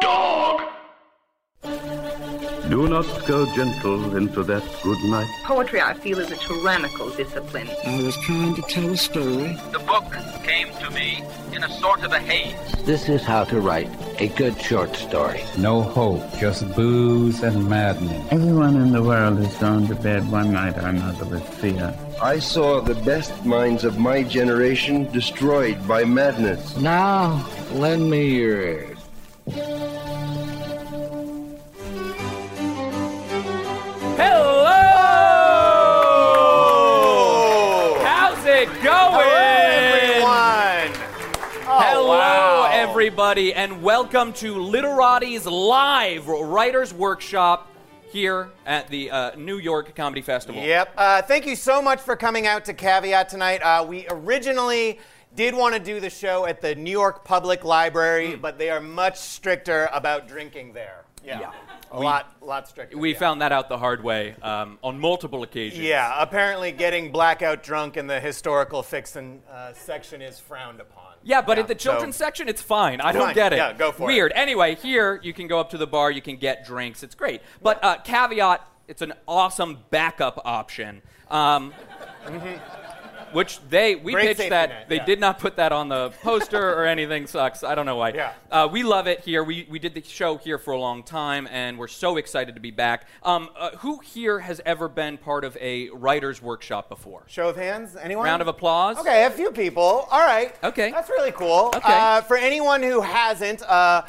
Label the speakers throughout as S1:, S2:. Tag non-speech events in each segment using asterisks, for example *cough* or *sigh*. S1: Dog.
S2: Do not go gentle into that good night.
S3: Poetry, I feel, is a tyrannical discipline.
S4: I was trying to tell a story.
S5: The book came to me in a sort of a haze.
S6: This is how to write a good short story.
S7: No hope, just booze and madness.
S8: Everyone in the world has gone to bed one night or another with fear.
S9: I saw the best minds of my generation destroyed by madness.
S6: Now, lend me your ears.
S10: Oh,
S11: Hello! How's it going? Hello, everybody, and welcome to Literati's live writers' workshop here at the uh, New York Comedy Festival.
S10: Yep. Uh, thank you so much for coming out to Caveat tonight. Uh, we originally did want to do the show at the New York Public Library,
S11: Mm.
S10: but they are much stricter about drinking there. Yeah. A lot, lot stricter.
S11: We
S10: yeah.
S11: found that out the hard way um, on multiple occasions.
S10: Yeah, apparently getting blackout drunk in the historical fiction uh, section is frowned upon.
S11: Yeah, but at the children's
S10: so-
S11: section, it's fine. I don't
S10: Fine.
S11: get it.
S10: Yeah, go for it.
S11: Weird. Anyway, here you can go up to the bar, you can get drinks. It's great. But uh, caveat: it's an awesome backup option. Um, Which they we
S10: Mm-hmm. Great
S11: pitched
S10: safety
S11: that
S10: net,
S11: they
S10: yeah.
S11: did not put that on the poster
S10: *laughs*
S11: or anything sucks I don't know why
S10: Yeah.
S11: uh, we love it here we, we did the show here for a long time and we're so excited to be back um, uh, who here has ever been part of a writers workshop before
S10: Show of hands, anyone?
S11: Round of applause.
S10: Okay, a few people. All right.
S11: Okay.
S10: That's really cool.
S11: Okay.
S10: Uh, for anyone who hasn't, uh,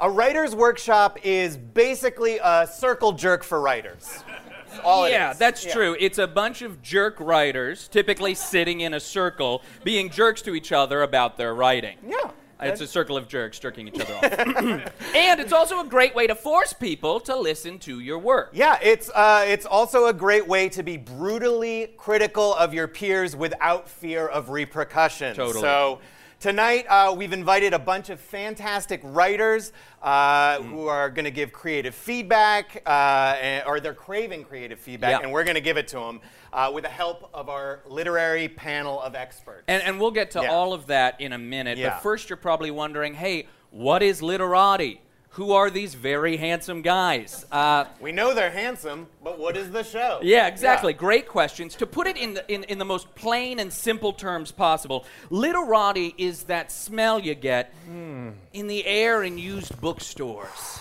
S10: a writer's workshop is basically a circle jerk for writers. That's all it
S11: yeah,
S10: is.
S11: that's
S10: Yeah.
S11: true. It's a bunch of jerk writers, typically sitting in a circle, being jerks to each other about their writing.
S10: Yeah.
S11: It's a circle of jerks jerking each other off. *coughs* and it's also a great way to force people to listen to your work.
S10: Yeah, it's uh, it's also a great way to be brutally critical of your peers without fear of repercussions.
S11: Totally.
S10: So tonight uh, we've invited a bunch of fantastic writers uh,
S11: Mm.
S10: who are going to give creative feedback, uh, and, or they're craving creative feedback,
S11: Yeah.
S10: and we're going to give it to them uh, with the help of our literary panel of experts.
S11: And, and we'll get to
S10: Yeah.
S11: all of that in a minute.
S10: Yeah.
S11: But first, you're probably wondering hey, what is literati? Who are these very handsome guys? Uh,
S10: we know they're handsome, but what is the show?
S11: Yeah, exactly. Great questions. To put it in the, in, in the most plain and simple terms possible, literati is that smell you get
S10: Mm,
S11: in the air in used bookstores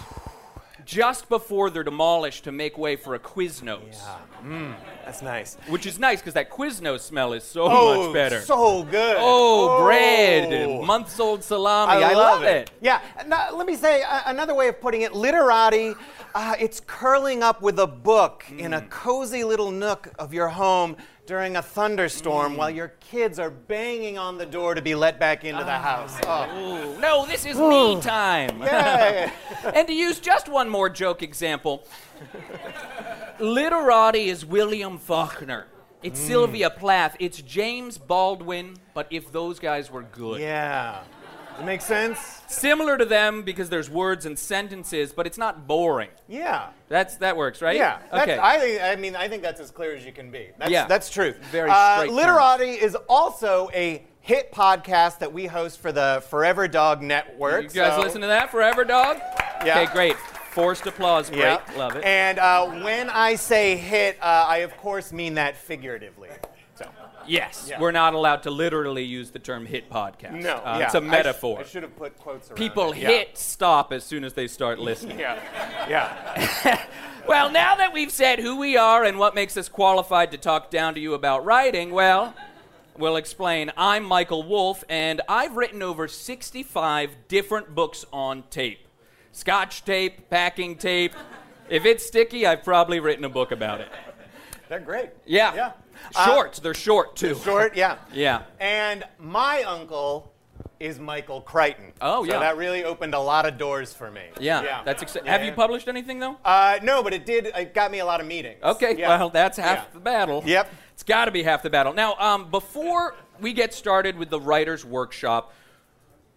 S11: just before they're demolished to make way for a Quiznos.
S10: That's nice.
S11: Which is nice because that Quiznos smell is mm. so
S1: Oh,
S11: much better.
S10: Oh, so good.
S11: oh, bread,
S10: Oh.
S11: months old salami. I, love, it.
S10: Yeah. and, uh, let me say uh, another way of putting it literati, uh, it's curling up with a book in
S11: Mm.
S10: a cozy little nook of your home during a
S11: Mm.
S10: thunderstorm while your kids are banging on the door to be let back into the house. Oh.
S11: Ah. Ooh, no, this is me
S10: *laughs*
S11: time. *laughs*
S10: Yay.
S11: and to use just one more joke example, literati is William Faulkner. It's
S10: Hmm.
S11: Sylvia Plath. It's James Baldwin, but if those guys were good.
S10: yeah. Does it make sense?
S11: Similar to them because there's words and sentences, but it's not boring.
S10: Yeah.
S11: That's that works, right?
S10: Yeah, that's,
S11: Okay.
S10: I, think- I mean, I think that's as clear as you can be. That's,
S11: Yeah.
S10: that's truth.
S11: Very
S10: uh,
S11: straight
S10: Literati is also a hit podcast that we host for the Forever Dog Network.
S11: you guys
S10: so-
S11: listen to that forever, dog?
S10: Yeah.
S11: Okay, great. Forced applause break.
S10: Yeah,
S11: Love it.
S10: And uh, when I say hit, uh, I of course mean that figuratively. So
S11: Yes, we're not allowed to literally use the term hit podcast.
S10: No,
S11: Uh,
S10: yeah,
S11: it's a
S10: I sh-
S11: metaphor.
S10: I should have put quotes around
S11: People
S10: it, yeah.
S11: hit stop as soon as they
S10: *laughs*
S11: start listening.
S10: Yeah, yeah.
S11: *laughs* Well, now that we've said who we are and what makes us qualified to talk down to you about writing, well, we'll explain. I'm Michael Wolf, and I've written over 65 different books on tape scotch tape, packing tape. If it's sticky, I've probably written a book about it.
S10: They're great.
S11: Yeah.
S10: Uh,
S11: Short. they're short, too.
S10: Short, yeah.
S11: Yeah.
S10: And my uncle is Michael Crichton.
S11: Oh, yeah.
S10: So that really opened a lot of doors for me.
S11: Yeah, that's exci- have you published anything though?
S10: Uh, no, but it did. It got me a lot of meetings.
S11: Okay,
S10: Yeah.
S11: well, that's half
S10: Yeah.
S11: the battle.
S10: Yep.
S11: It's got to be half the battle. Now, um, before we get started with the Writers' Workshop,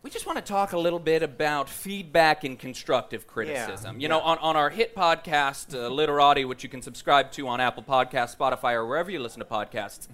S11: we just want to talk a little bit about feedback and constructive criticism. You know, on, on our hit podcast, uh, Literati, which you can subscribe to on Apple Podcasts, Spotify, or wherever you listen to podcasts,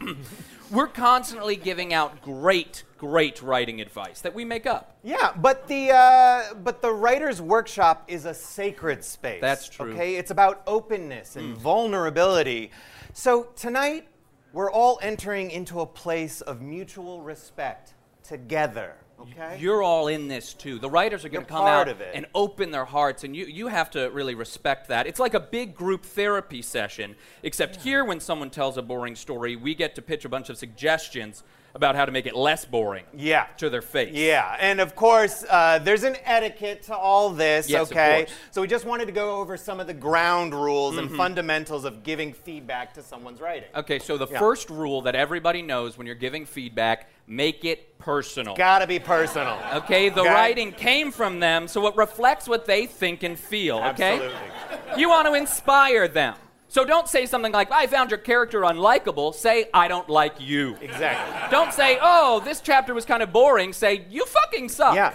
S11: *clears throat* we're constantly giving out great, great writing advice that we make up.
S10: Yeah, but the uh, but the writer's workshop is a sacred space.
S11: That's true. Mm.
S10: Okay, it's about openness and vulnerability. So tonight we're all entering into a place of mutual respect together. Okay.
S11: You're all in this too. The writers are
S10: You're
S11: going to come
S10: part
S11: out
S10: of it.
S11: and open their hearts, and you, you have to really respect that. It's like a big group therapy session, except here, when someone tells a boring story, we get to pitch a bunch of suggestions about how to make it less boring
S10: yeah.
S11: to their face.
S10: Yeah, and of course, uh, there's an etiquette to all this,
S11: Yes, of
S10: okay?
S11: course.
S10: So we just wanted to go over some of the ground rules
S11: Mhm.
S10: and fundamentals of giving feedback to someone's writing.
S11: Okay, so the
S10: Yeah.
S11: first rule that everybody knows when you're giving feedback make it personal.
S10: Gotta be personal.
S11: Okay, the
S10: Okay.
S11: writing came from them, so it reflects what they think and feel, okay?
S10: Absolutely.
S11: You want to inspire them. So don't say something like, I found your character unlikable. Say, I don't like you.
S10: Exactly.
S11: Don't say, oh, this chapter was kind of boring. Say, you fucking suck.
S10: Yeah.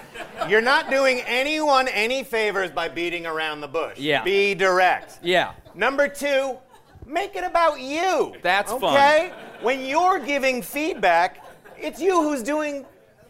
S10: You're not doing anyone any favors by beating around the bush.
S11: Yeah.
S10: Be direct.
S11: Yeah.
S10: Number two, make it about you.
S11: That's
S10: okay?
S11: fun.
S10: When you're giving feedback, it's you who's doing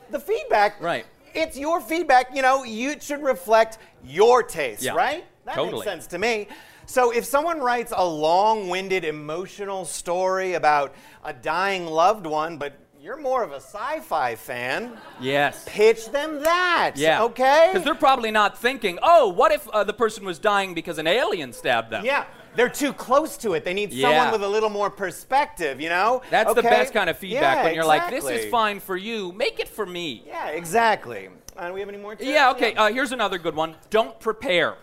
S10: the feedback.
S11: Right.
S10: It's your feedback. You know, you it should reflect your taste,
S11: Yeah.
S10: right? That
S11: Totally.
S10: makes sense to me. So if someone writes a long-winded emotional story about a dying loved one, but you're more of a sci-fi fan,
S11: Yes.
S10: pitch them that.
S11: Yeah.
S10: Okay?
S11: Because they're probably not thinking, oh, what if uh, the person was dying because an alien stabbed them?
S10: Yeah, they're too close to it. They need
S11: Yeah.
S10: someone with a little more perspective, you know?
S11: That's the
S10: Okay?
S11: best kind of feedback
S10: Yeah,
S11: when you're like, this is
S10: exactly.
S11: fine for you, make it for me.
S10: Yeah, exactly. Uh, do we have any more? tips?
S11: Yeah, okay, uh, here's another good one don't prepare.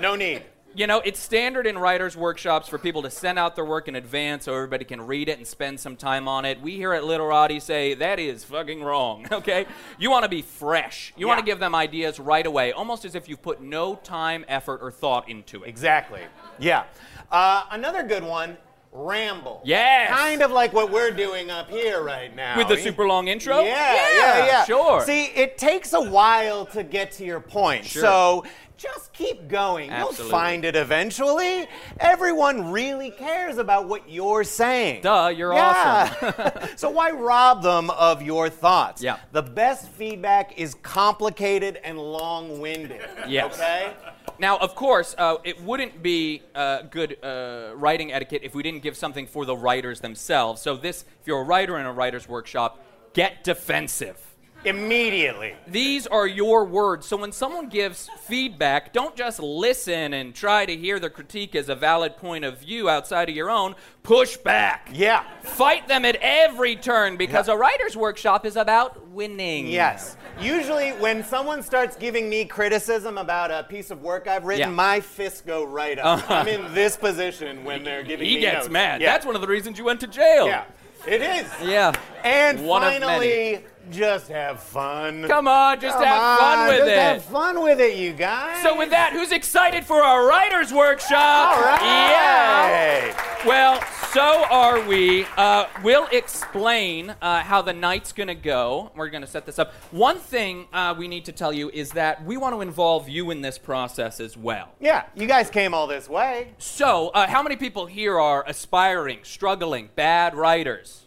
S10: No need.
S11: You know, it's standard in writers' workshops for people to send out their work in advance so everybody can read it and spend some time on it. We here at Literati say that is fucking wrong, *laughs* okay? You want to be fresh. You want to
S10: Yeah.
S11: give them ideas right away, almost as if you've put no time, effort, or thought into it.
S10: Exactly. Yeah. Uh, another good one ramble.
S11: Yes.
S10: Kind of like what we're doing up here right now.
S11: With the super long intro?
S10: Yeah, yeah,
S11: Yeah,
S10: yeah,
S11: sure.
S10: See, it takes a while to get to your point.
S11: Sure.
S10: So just keep going.
S11: Absolutely.
S10: You'll find it eventually. Everyone really cares about what you're saying.
S11: Duh, you're
S10: yeah.
S11: awesome.
S10: *laughs* so why rob them of your thoughts?
S11: Yeah.
S10: The best feedback is complicated and long-winded.
S11: Yes.
S10: Okay?
S11: Now, of course, uh, it wouldn't be uh, good uh, writing etiquette if we didn't give something for the writers themselves. So, this, if you're a writer in a writer's workshop, get defensive.
S10: Immediately.
S11: These are your words. So when someone gives feedback, don't just listen and try to hear their critique as a valid point of view outside of your own. Push back.
S10: Yeah.
S11: Fight them at every turn because
S10: Yeah.
S11: a writer's workshop is about winning.
S10: Yes. Usually, when someone starts giving me criticism about a piece of work I've written,
S11: Yeah. Uh-huh.
S10: my fists go right up. I'm in this position when they're giving
S11: He
S10: me
S11: gets
S10: notes.
S11: mad.
S10: Yeah.
S11: That's one of the reasons you went to jail.
S10: Yeah. It is.
S11: Yeah.
S10: And
S11: One of many.
S10: finally, just have fun.
S11: Come on, just
S10: Come
S11: have fun
S10: on,
S11: with
S10: just
S11: it.
S10: have fun with it, you guys.
S11: So with that, who's excited for our writers workshop?
S10: All right.
S11: Yeah. Well, so are we. Uh, we'll explain uh, how the night's going to go. We're going to set this up. One thing uh, we need to tell you is that we want to involve you in this process as well.
S10: Yeah, you guys came all this way.
S11: So, uh, how many people here are aspiring, struggling, bad writers?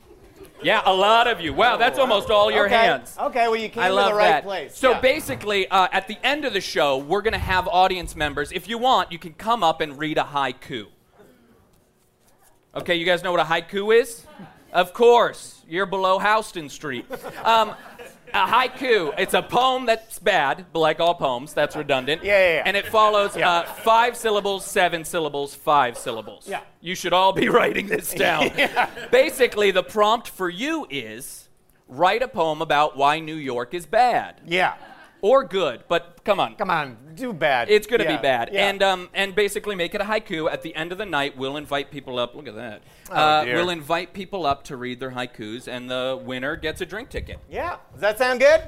S11: Yeah, a lot of you. Wow, that's almost all your
S10: Okay.
S11: hands.
S10: Okay, well, you came
S11: I
S10: to
S11: love
S10: the right
S11: that.
S10: place.
S11: So
S10: Yeah.
S11: basically, uh, at the end of the show, we're going to have audience members. If you want, you can come up and read a haiku. Okay, you guys know what a haiku is? Of course, you're below Houston Street. Um, a haiku. It's a poem that's bad, but like all poems, that's redundant.
S10: Yeah, yeah, yeah.
S11: And it follows
S10: Yeah.
S11: uh, five syllables, seven syllables, five syllables.
S10: Yeah.
S11: You should all be *laughs* writing
S10: *laughs*
S11: this down. Basically, the prompt for you is write a poem about why New York is bad
S10: Yeah.
S11: or good, but come on.
S10: Come on, do bad.
S11: It's gonna
S10: Yeah,
S11: be bad,
S10: yeah.
S11: and um, and basically make it a haiku. At the end of the night, we'll invite people up. Look at that.
S10: Oh,
S11: uh,
S10: dear.
S11: we'll invite people up to read their haikus, and the winner gets a drink ticket.
S10: yeah. Does that sound good?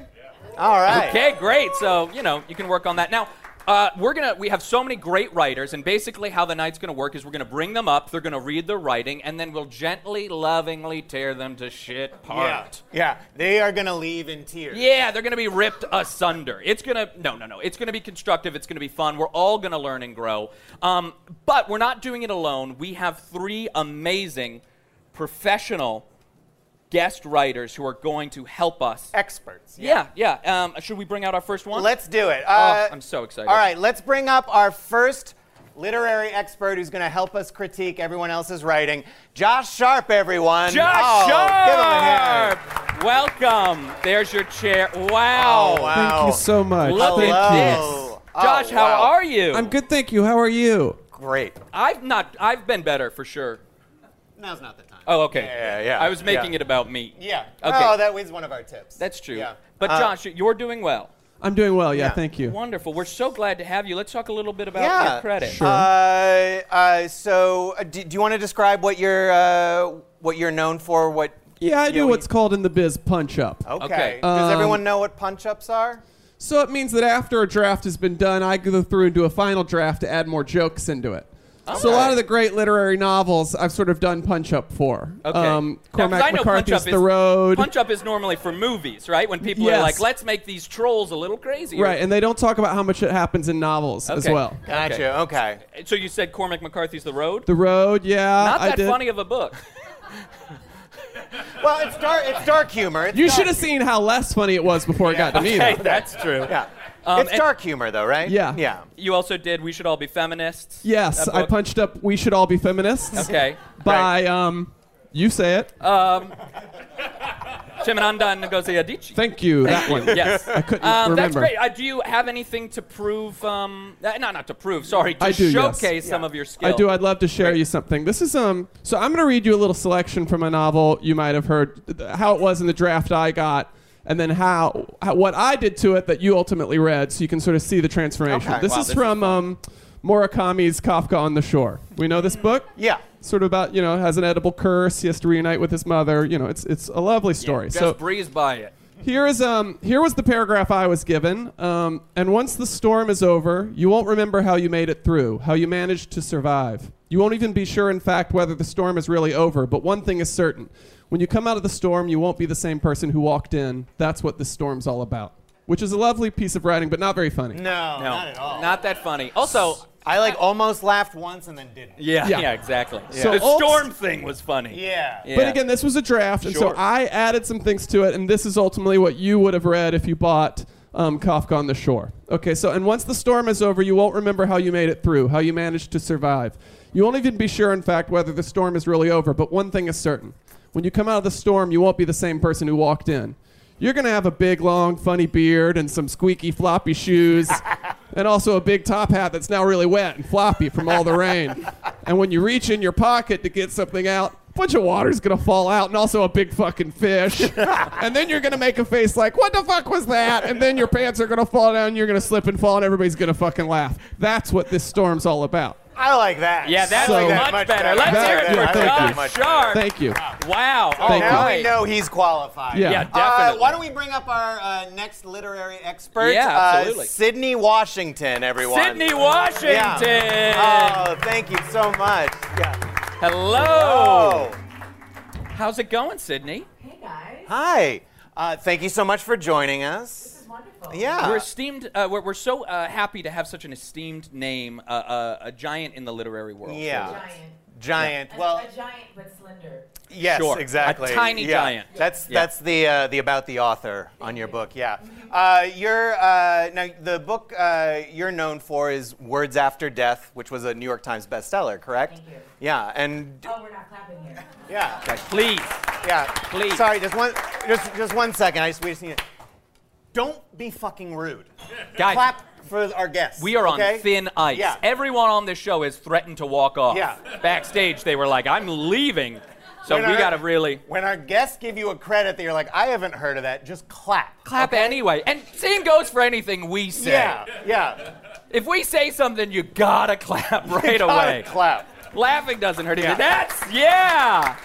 S10: All right.
S11: Okay, great. So you know you can work on that now. Uh, we're gonna we have so many great writers, and basically how the night's gonna work is we're gonna bring them up. They're gonna read their writing, and then we'll gently, lovingly tear them to shit part.
S10: Yeah. yeah. They are gonna leave in tears.
S11: Yeah, they're going to be ripped asunder. It's going to, no, no, no. It's going to be constructive. It's going to be fun. We're all going to learn and grow. Um, but we're not doing it alone. We have three amazing professional guest writers who are going to help us.
S10: Experts.
S11: Yeah, yeah. Um, should we bring out our first one?
S10: Let's do it. Uh,
S11: Oh, I'm so excited.
S10: All right, let's bring up our first literary expert who's going to help us critique everyone else's writing. Josh Sharp, everyone.
S11: Josh
S10: Oh, Give him a hand.
S11: Sharp! Welcome. There's your chair. Wow.
S10: Oh, wow. Oh,
S12: Thank you so much.
S11: Look
S12: Thank
S11: at
S12: you.
S11: this. Josh, how
S10: wow.
S11: are you?
S12: I'm good, thank you. How are you?
S10: Great.
S11: I've not. I've been better for sure.
S10: Now's not the time.
S11: Oh, okay.
S10: Yeah, yeah, yeah.
S11: I was making
S10: Yeah.
S11: it about me.
S10: Yeah.
S11: Okay.
S10: Oh, that was one of our tips.
S11: That's true.
S10: Yeah.
S11: But
S10: Uh,
S11: Josh, you're doing well.
S12: I'm doing well, yeah, thank you.
S11: Wonderful. We're so glad to have you. Let's talk a little bit about
S10: yeah.
S11: your credit.
S10: Uh, uh, so, uh, do, do you want to describe what you're uh, what you're known for? What?
S12: Yeah, I
S10: you
S12: do
S10: know,
S12: what's called in the biz punch up.
S10: Okay.
S11: Okay.
S10: Does
S12: Um,
S10: everyone know what punch ups are?
S12: So it means that after a draft has been done, I go through and do a final draft to add more jokes into it. So a lot of the great literary novels I've sort of done punch up for.
S11: Okay.
S12: Um,
S11: Now, 'cause
S12: Cormac
S11: I know
S12: McCarthy's
S11: punch up
S12: The
S11: is,
S12: Road.
S11: Punch up is normally for movies, right? When people are
S12: Yes.
S11: like, "Let's make these trolls a little crazy."
S12: Right, and they don't talk about how much it happens in novels as
S11: Okay.
S12: well.
S10: Gotcha. Okay.
S11: So you said Cormac McCarthy's The Road.
S12: The Road, yeah.
S11: Not
S12: I
S11: that
S12: did.
S11: funny of a book.
S10: *laughs* Well, it's dark. It's dark humor. It's
S12: You
S10: dark.
S12: should have seen how less funny it was before it got to me.
S11: okay,
S12: though.
S11: that's true.
S10: Yeah.
S11: Um,
S10: it's
S11: and-
S10: dark humor, though, right?
S12: Yeah.
S10: Yeah.
S11: You also did "We Should All Be Feminists."
S12: Yes,
S11: That
S12: I
S11: book.
S12: punched up We Should All Be Feminists.
S11: Okay. Um,
S12: By, um, you say it.
S11: Chimananda Ngozi
S12: Thank you, that one.
S11: Yes.
S12: I couldn't
S11: Um, that's
S12: remember.
S11: great. Uh, do you have anything to prove? Um, uh, no, not to prove. Sorry, to
S12: I do, yes.
S11: showcase some of your
S12: I
S11: skill.
S12: do. I'd love to share you something. This is um. So I'm going to read you a little selection from a novel you might have heard, th- how it was in the draft I got, and then how, how what I did to it that you ultimately read, so you can sort of see the transformation.
S10: Okay.
S12: This
S10: Wow,
S12: is
S10: this is
S12: from um, Murakami's Kafka on the Shore. We know this book.
S10: Yeah.
S12: Sort of about you know has an edible curse. He has to reunite with his mother. You know it's it's a lovely story.
S11: Just
S12: so
S11: breeze by it.
S12: Here is um here was the paragraph I was given. Um, and once the storm is over, you won't remember how you made it through, how you managed to survive. You won't even be sure in fact whether the storm is really over, but one thing is certain. When you come out of the storm, you won't be the same person who walked in. That's what this storm's all about. Which is a lovely piece of writing, but not very funny.
S10: No,
S11: No,
S10: Not at all.
S11: not that funny. Also,
S10: I like almost laughed once and then didn't.
S11: yeah, yeah,
S12: Yeah.
S11: exactly.
S12: So
S11: the
S12: all-
S11: storm thing was funny.
S10: Yeah.
S11: Yeah.
S12: But again, this was a draft, and so
S11: Sure.
S12: I added some things to it, and this is ultimately what you would have read if you bought um, Kafka on the Shore. Okay, so, and once the storm is over, you won't remember how you made it through, how you managed to survive. You won't even be sure, in fact, whether the storm is really over, but one thing is certain. When you come out of the storm, you won't be the same person who walked in. You're going to have a big, long, funny beard and some squeaky, floppy shoes, and also a big top hat that's now really wet and floppy from all the rain. And when you reach in your pocket to get something out, a bunch of water's going to fall out and also a big fucking fish. and then you're going to make a face like, what the fuck was that? And then your pants are going to fall down, and you're going to slip and fall, and everybody's going to fucking laugh. That's what this storm's all about.
S10: I like that.
S11: Yeah, that's
S10: I like
S12: So-
S11: much, better. Let's
S12: That-
S11: hear it
S12: yeah,
S11: for
S12: thank you.
S11: Josh Sharp.
S12: Thank you.
S11: Wow.
S10: Oh,
S12: Thank
S10: now
S12: you.
S10: I know he's qualified.
S12: Yeah.
S11: Yeah,
S10: Uh,
S11: definitely.
S10: why don't we bring up our uh, next literary expert?
S11: Yeah, absolutely.
S10: Uh, Sydney Washington, everyone.
S11: Sydney Washington.
S10: Yeah. Oh, thank you so much. Yeah.
S11: Hello. How's it going, Sydney?
S10: Hi. Uh, thank you so much for joining us. This is wonderful. Oh. Yeah.
S11: We're esteemed. Uh, we're, we're so uh, happy to have such an esteemed name, uh, uh, a giant in the literary world.
S10: yeah.
S11: So-
S10: Giant. Well,
S13: giant but slender.
S10: Yes,
S11: Sure. A
S10: exactly.
S11: tiny
S10: Yeah.
S11: giant.
S10: That's
S11: Yeah.
S10: that's the uh, the about the author on your book. Yeah. Uh, your uh, now the book uh, you're known for is Words After Death, which was a New York Times bestseller, correct?
S13: Thank you.
S10: Yeah, and
S13: Oh, we're not clapping here.
S10: yeah.
S11: Please.
S10: Yeah.
S11: Please.
S10: Sorry, just one, just, just one second. I just, we just need to. Don't be fucking rude.
S11: *laughs* Guys.
S10: Clap for our guests.
S11: We are on
S10: okay?
S11: thin ice.
S10: Yeah.
S11: Everyone on this show has threatened to walk off.
S10: Yeah.
S11: Backstage, they were like, I'm leaving. So
S10: When
S11: we
S10: our-
S11: got to really
S10: When our guests give you a credit that you're like, I haven't heard of that, just clap.
S11: clap anyway. And same goes for anything we say.
S10: Yeah, yeah.
S11: If we say something, you gotta clap *laughs* right
S10: You gotta
S11: away.
S10: Clap.
S11: Laughing doesn't hurt either.
S10: Yeah.
S11: That's, yeah.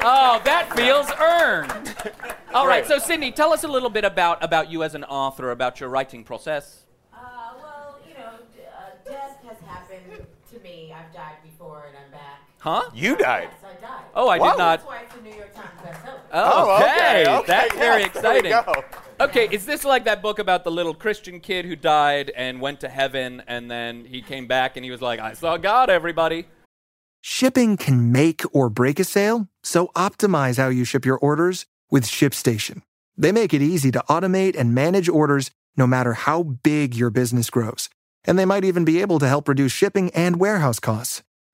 S11: Oh, that feels earned.
S10: *laughs*
S11: All right,
S10: Right.
S11: so Sydney, tell us a little bit about, about you as an author, about your writing process.
S13: Uh, well, you know, d- uh, death has happened to me. I've died before and I'm back.
S11: Huh?
S10: You died.
S13: Yes, I died.
S11: Oh, I did Whoa. not-
S13: That's why it's a New York Times bestseller.
S11: Oh, okay.
S10: okay, okay,
S11: That's very
S10: yes, there we
S11: exciting.
S10: go.
S11: Okay, is this like that book about the little Christian kid who died and went to heaven and then he came back and he was like, I saw God, everybody?
S14: Shipping can make or break a sale, so optimize how you ship your orders with ShipStation. They make it easy to automate and manage orders no matter how big your business grows. And they might even be able to help reduce shipping and warehouse costs.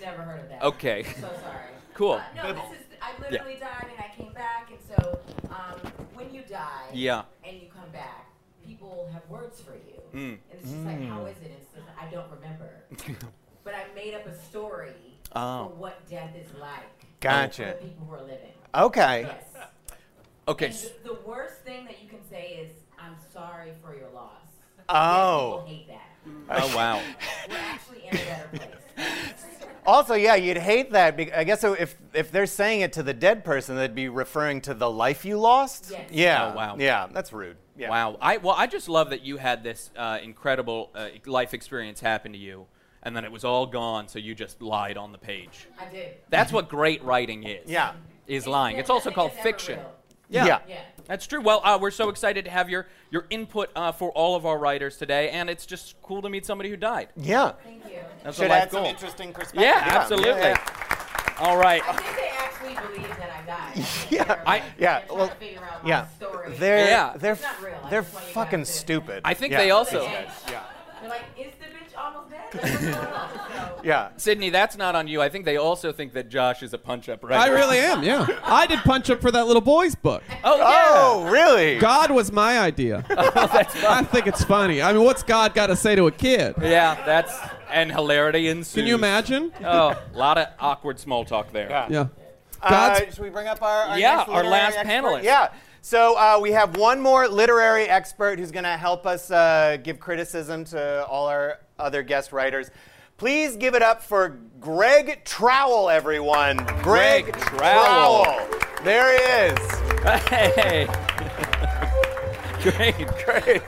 S13: Never heard of that.
S11: Okay.
S13: So sorry.
S11: Cool.
S13: Uh, no, this is, I literally died and I came back, and so um, when you die
S11: Yeah.
S13: and you come back, people have words for you.
S11: Mm.
S13: And it's just like, how
S11: Mm.
S13: is it? It's just, I don't remember. but I made up a story
S11: Oh.
S13: for what death is like.
S10: Gotcha.
S13: For the people who are living.
S10: Okay.
S13: Yes.
S11: Okay.
S13: And
S11: s-
S13: the- the worst thing that you can say is, I'm sorry for your loss.
S10: Oh.
S13: People hate that.
S11: *laughs* Oh, wow.
S13: We're actually in a better place.
S10: Also, yeah, you'd hate that. Because I guess if if they're saying it to the dead person, they'd be referring to the life you lost.
S13: Yes.
S10: Yeah.
S11: Oh, wow.
S10: Yeah, that's rude. Yeah.
S11: Wow. I well, I just love that you had this uh, incredible uh, life experience happen to you, and then it was all gone. So you just lied on the page.
S13: I did.
S11: That's what great writing is.
S10: Yeah.
S11: Is lying. It's also called fiction.
S10: Yeah. Yeah.
S11: That's true. Well, uh, we're so excited to have your your input uh, for all of our writers today, and it's just cool to meet somebody who died.
S10: Yeah.
S13: Thank you.
S11: That's
S10: Should
S11: a life
S10: add some
S11: goal.
S10: interesting perspective.
S11: Yeah, absolutely.
S10: yeah.
S11: All right.
S13: I think they actually believe that I died.
S10: *laughs* Yeah,
S11: I-
S10: yeah,
S13: They're trying
S10: well,
S13: to figure out my
S10: yeah.
S13: story.
S10: They're
S11: Yeah.
S10: they're
S13: It's not real. I
S10: they're
S13: just want you guys
S10: fucking
S13: to-
S10: stupid.
S11: I think
S10: Yeah.
S11: they also.
S13: Yeah. They're like, is the bitch almost dead?
S10: *laughs*
S13: Like, what's going on? So,
S10: Yeah.
S11: Sydney, that's not on you. I think they also think that Josh is a punch up right
S12: I really am,
S11: *laughs*
S12: yeah. I did punch up for that little boy's book.
S11: Oh, yeah. Oh,
S10: Oh, really?
S12: God was my
S11: *laughs*
S12: idea. *laughs* I think it's funny. I mean, what's God got to say to a kid?
S11: Yeah, that's and hilarity ensues.
S12: Can you imagine?
S11: Oh, a lot of awkward small talk there.
S10: Yeah.
S12: Yeah.
S10: Uh,
S12: God's-
S10: should we bring up our, our
S11: Yeah,
S10: next
S11: our
S10: literary
S11: last
S10: expert?
S11: panelist.
S10: Yeah. So uh, we have one more literary expert who's going to help us uh, give criticism to all our other guest writers. Please give it up for Greg Trowell, everyone. Greg,
S11: Greg Trowell.
S10: Trowell. There he is. *laughs*
S11: Hey. Great, great.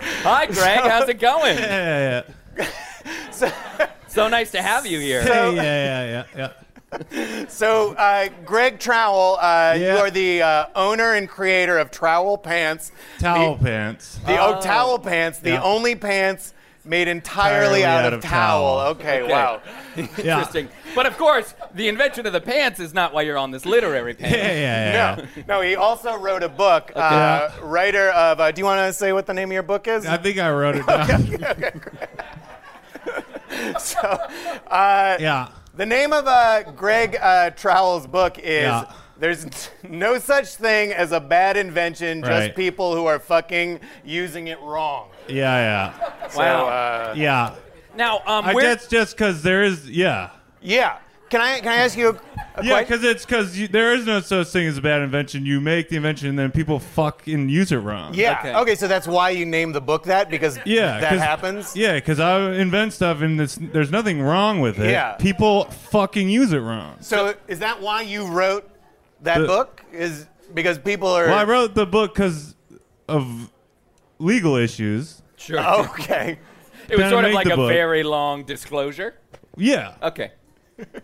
S12: *laughs*
S11: Hi, Greg. How's
S10: *laughs*
S11: it going?
S15: Yeah, yeah,
S11: So nice to have you here.
S15: yeah, yeah,
S11: *laughs*
S15: yeah, yeah,
S10: So, uh, Greg Trowell, uh,
S15: Yeah.
S10: you are the uh, owner and creator of Trowel Pants.
S15: yeah. Towel
S10: The-
S15: pants.
S10: The oh. towel pants, the
S15: Yeah.
S10: only pants made entirely,
S15: Entirely
S10: out, of, towel. Okay,
S11: Okay.
S10: wow.
S15: Yeah.
S11: Interesting. But of course, the invention of the pants is not why you're on this literary panel.
S15: Yeah, yeah, yeah.
S10: No, no, he also wrote a book. Uh, writer of, uh, do you want to say what the name of your book is?
S15: I think I wrote it
S10: *laughs*
S15: down.
S10: so, uh,
S15: Yeah.
S10: the name of uh, Greg uh, Trowell's book is
S15: Yeah.
S10: There's No Such Thing as a Bad Invention,
S15: Right.
S10: Just People Who Are Fucking Using It Wrong.
S15: Yeah,
S10: So,
S11: Wow.
S10: uh,
S15: yeah. Yeah.
S11: Now, um,
S15: I,
S11: where-
S15: that's just because there is, yeah.
S10: yeah. Can I, can I ask you a, a
S15: Yeah,
S10: question?
S15: because it's because there is no such thing as a bad invention. You make the invention, and then people fucking use it wrong.
S10: Yeah.
S15: Okay.
S10: Okay. so that's why you named the book that because
S15: Yeah,
S10: that
S15: 'cause-
S10: happens.
S15: Yeah, because I invent stuff, and it's, there's nothing wrong with it.
S10: Yeah.
S15: People fucking use it wrong.
S10: So is that why you wrote that
S15: The-
S10: book? Is because people are.
S15: Well, I wrote the book because of legal issues.
S11: Sure.
S10: *laughs* Okay.
S11: It was
S15: Then I
S11: sort of
S15: made
S11: like
S15: the
S11: a
S15: book.
S11: very long disclosure.
S15: Yeah.
S11: Okay.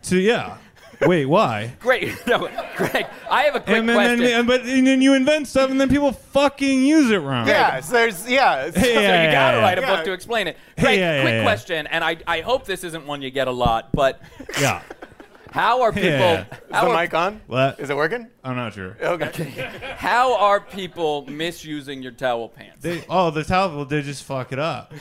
S15: So yeah. Wait, why?
S11: Great. *laughs* No, Greg, I have a quick
S15: And then,
S11: question.
S15: and, and- but and then you invent stuff, and then people fucking use it wrong.
S10: Yes, there's yeah.
S15: Hey,
S11: so
S15: yeah,
S11: you gotta
S15: yeah,
S11: write a
S15: yeah.
S11: book to explain it.
S15: Hey,
S11: Greg,
S15: yeah, yeah,
S11: quick
S15: yeah.
S11: question, and I, I hope this isn't one you get a lot, but
S15: Yeah.
S11: *laughs* how are people?
S15: Yeah. Is
S10: Is
S11: How
S10: the
S11: are,
S10: mic on?
S15: What?
S10: Is it working?
S15: I'm not sure.
S10: Okay.
S11: *laughs* How are people misusing your towel pants?
S15: They, oh, the towel. Well, they just fuck it
S11: *laughs*
S15: up.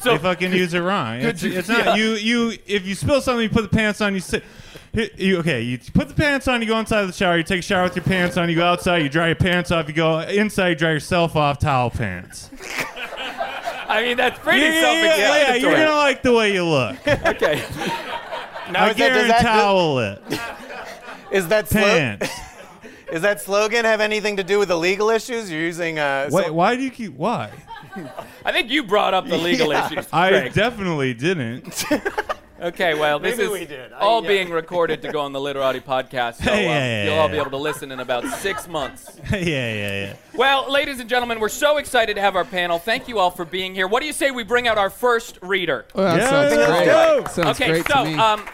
S11: So-
S15: they fucking use it wrong.
S11: Good
S15: It's,
S11: you-
S15: it's not
S11: yeah.
S15: you. You if you spill something, you put the pants on. You sit. here- You, okay, you put the pants on. You go inside the shower. You take a shower with your pants on. You go outside. You dry your pants off. You go inside. You dry yourself off. Towel
S11: *laughs*
S15: pants.
S11: I mean, that's pretty
S15: yeah, yeah, yeah, yeah,
S11: self-explanatory.
S15: You're gonna like the way you look.
S11: okay.
S10: Now
S15: I
S10: is that- does that-
S15: guarantee towel it.
S10: Is that slogan?
S15: Pants.
S10: *laughs* Is that slogan have anything to do with the legal issues? You're using uh,
S15: Wait, why do you keep why?
S11: I think you brought
S10: *laughs*
S11: up the legal
S10: Yeah.
S11: issues.
S15: I
S11: Greg.
S15: definitely
S11: *laughs*
S15: didn't.
S11: Okay, well, this
S10: Maybe
S11: is
S10: we did. I-
S11: all
S10: yeah.
S11: being recorded to go on the Literati podcast, so
S15: *laughs*
S11: uh,
S15: Yeah, yeah,
S11: you'll
S15: yeah,
S11: all be
S15: yeah.
S11: able to listen in about six months.
S15: yeah, yeah, yeah.
S11: Well, ladies and gentlemen, we're so excited to have our panel. Thank you all for being here. What do you say we bring out our first reader?
S12: Oh, that
S15: Yeah,
S12: sounds
S15: let's
S12: great.
S15: go.
S12: Sounds
S11: okay,
S12: great
S11: so
S12: to me.
S11: um,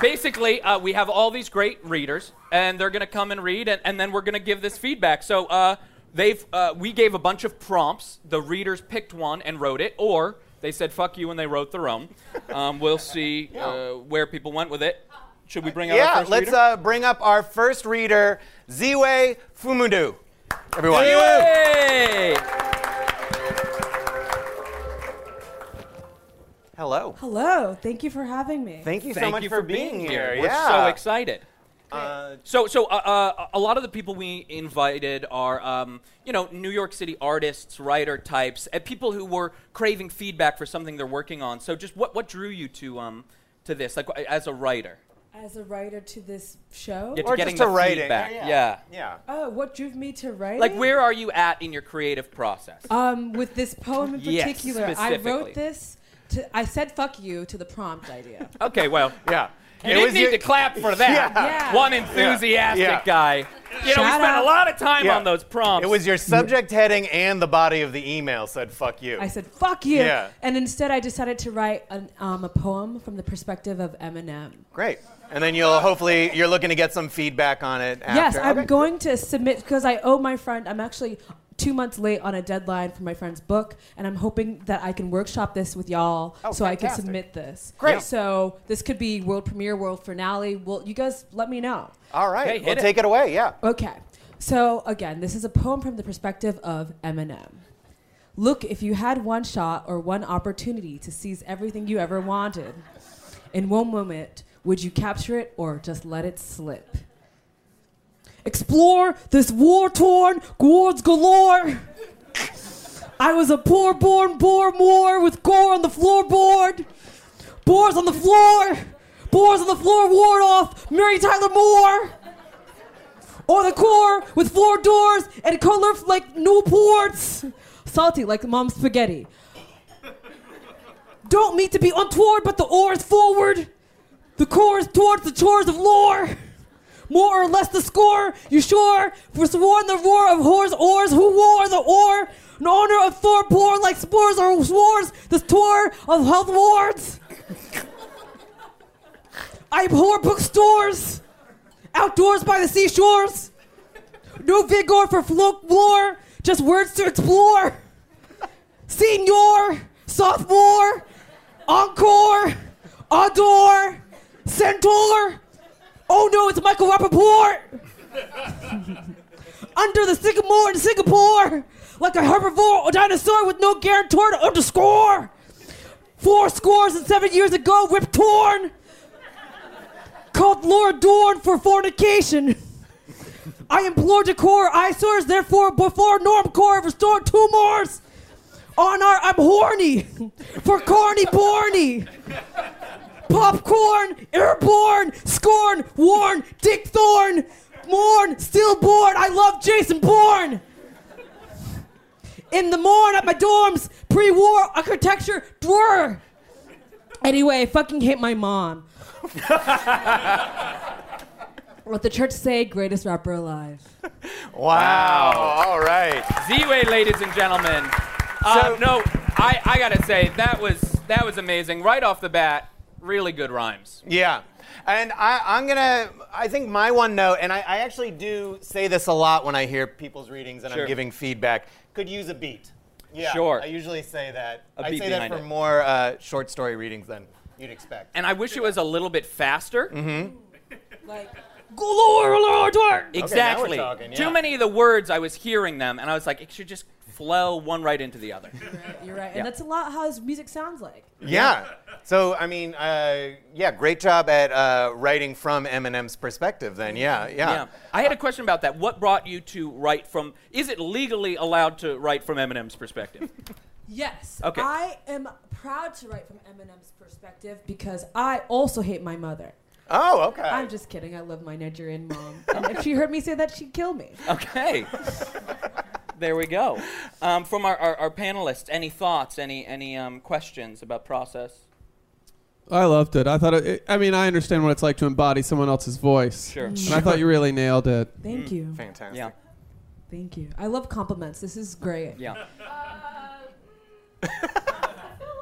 S11: basically, uh, we have all these great readers, and they're going to come and read, and, and then we're going to give this feedback. So uh, they've uh, we gave a bunch of prompts. The readers picked one and wrote it, or they said "fuck you" and they wrote their own. Um, we'll see uh, where people went with it. Should we bring out our
S10: yeah,
S11: first
S10: let's
S11: reader?
S10: uh, bring up our first reader, Ziwe Fumudu. Everyone.
S11: Yay!
S10: Hello.
S16: Hello. Thank you for having me.
S10: Thank you so
S11: Thank
S10: much
S11: you
S10: for, being, here.
S11: We're
S10: yeah.
S11: so excited.
S10: Uh,
S11: So, so uh, uh, a lot of the people we invited are, um, you know, New York City artists, writer types, and people who were craving feedback for something they're working on. So, just what, what drew you to um, to this, like uh, as a writer,
S16: As a writer to this show,
S11: Yeah, to
S10: Or
S11: getting
S10: just to
S11: the
S10: writing.
S11: feedback?
S10: Yeah. yeah.
S16: oh, what drove me to writing?
S11: Like, where are you at in your creative process?
S16: Um, with this poem in
S11: Yes,
S16: particular, I
S11: specifically.
S16: wrote this. To, I said "fuck you" to the prompt idea.
S11: Okay, well,
S10: Yeah.
S11: you
S10: It
S11: didn't
S10: was
S11: need
S10: your-
S11: to clap for that.
S10: Yeah.
S16: Yeah.
S11: One enthusiastic
S10: Yeah.
S11: guy. You know, we
S16: Shout
S11: spent a
S16: out.
S11: lot of time
S10: Yeah.
S11: on those prompts.
S10: It was your subject heading and the body of the email said "fuck you."
S16: I said "fuck you,"
S10: Yeah.
S16: and instead I decided to write an, um, a poem from the perspective of Eminem.
S10: Great. And then you'll hopefully you're looking to get some feedback on it. After.
S16: Yes, I'm
S10: Okay.
S16: going to submit because I owe my friend. I'm actually two months late on a deadline for my friend's book, and I'm hoping that I can workshop this with y'all
S10: Oh,
S16: so I
S10: fantastic.
S16: can submit this.
S10: Great.
S16: So this could be world premiere, world finale. Well, you guys let me know.
S10: All right.
S11: Hey, hit
S10: we'll
S11: it.
S10: take it away. Yeah.
S16: Okay. So again, this is a poem from the perspective of Eminem. Look, if you had one shot or one opportunity to seize everything you ever wanted, in one moment, would you capture it or just let it slip? Explore this war torn gourds galore. I was a poor born boar moor with gore on the floorboard. Boars on the floor. Boars on the floor ward off Mary Tyler Moore or the core with four doors and color f- like Newports. Salty like mom's spaghetti. Don't mean to be untoward, but the oar is forward. The core is towards the chores of lore. More or less the score, you sure? For sworn the roar of whores, oars, who wore the oar? In honor of four poor like spores or swores, the tour of health wards. I abhor bookstores outdoors by the seashores. No vigor for folklore, just words to explore. Senior, sophomore, encore, adore, centaur. Oh no, it's Michael Rappaport. Under the sycamore in Singapore, like a herbivore or dinosaur with no guarantor to underscore. Four scores and seven years ago, rip torn called Lord Dorn for fornication. I implore decor eyesores, therefore, before normcore restore tumors. On our, I'm horny for corny porny. Popcorn, airborne, scorn, worn, dick thorn, mourn, stillborn. I love Jason Bourne. In the morn at my dorms, pre war architecture, drawer. Anyway, I fucking hate my mom. What the church say, greatest rapper alive.
S10: Wow. All right.
S11: Z-Way, ladies and gentlemen. Uh, no, I, I gotta say that was that was amazing right off the bat. Really good rhymes.
S10: Yeah. And I, I'm gonna. I think my one note, and I, I actually do say this a lot when I hear people's readings and
S11: Sure.
S10: I'm giving feedback. Could use a beat. Yeah,
S11: Sure.
S10: I usually say that.
S11: A
S10: I
S11: beat
S10: say that
S11: behind
S10: for
S11: it.
S10: more uh, short story readings than you'd expect.
S11: And I wish it was a little bit faster.
S10: Mm-hmm.
S16: Like, galore, galore, galore.
S11: Exactly.
S10: talking, yeah.
S11: Too many of the words I was hearing them, and I was like, it should just flow one right into the other.
S16: You're right. And
S11: Yeah.
S16: that's a lot how his music sounds like.
S10: Yeah. So I mean, uh, yeah, great job at uh, writing from Eminem's perspective. Then, yeah, yeah.
S11: I had a question about that. What brought you to write from? Is it legally allowed to write from
S10: *laughs*
S11: Eminem's perspective?
S16: Yes.
S11: Okay.
S16: I am proud to write from Eminem's perspective because I also hate my mother.
S10: Oh, okay.
S16: I'm just kidding. I love my Nigerian mom. *laughs* and if she heard me say that, she'd kill me.
S11: okay. there we go. Um, from our, our, our panelists, any thoughts? Any any um, questions about process?
S12: I loved it. I thought it, I mean, I understand what it's like to embody someone else's voice.
S11: Sure. Mm,
S12: And I thought you really nailed it.
S16: Mm. Thank you.
S10: Fantastic.
S11: Yeah.
S16: Thank you. I love compliments. This is great.
S11: Yeah.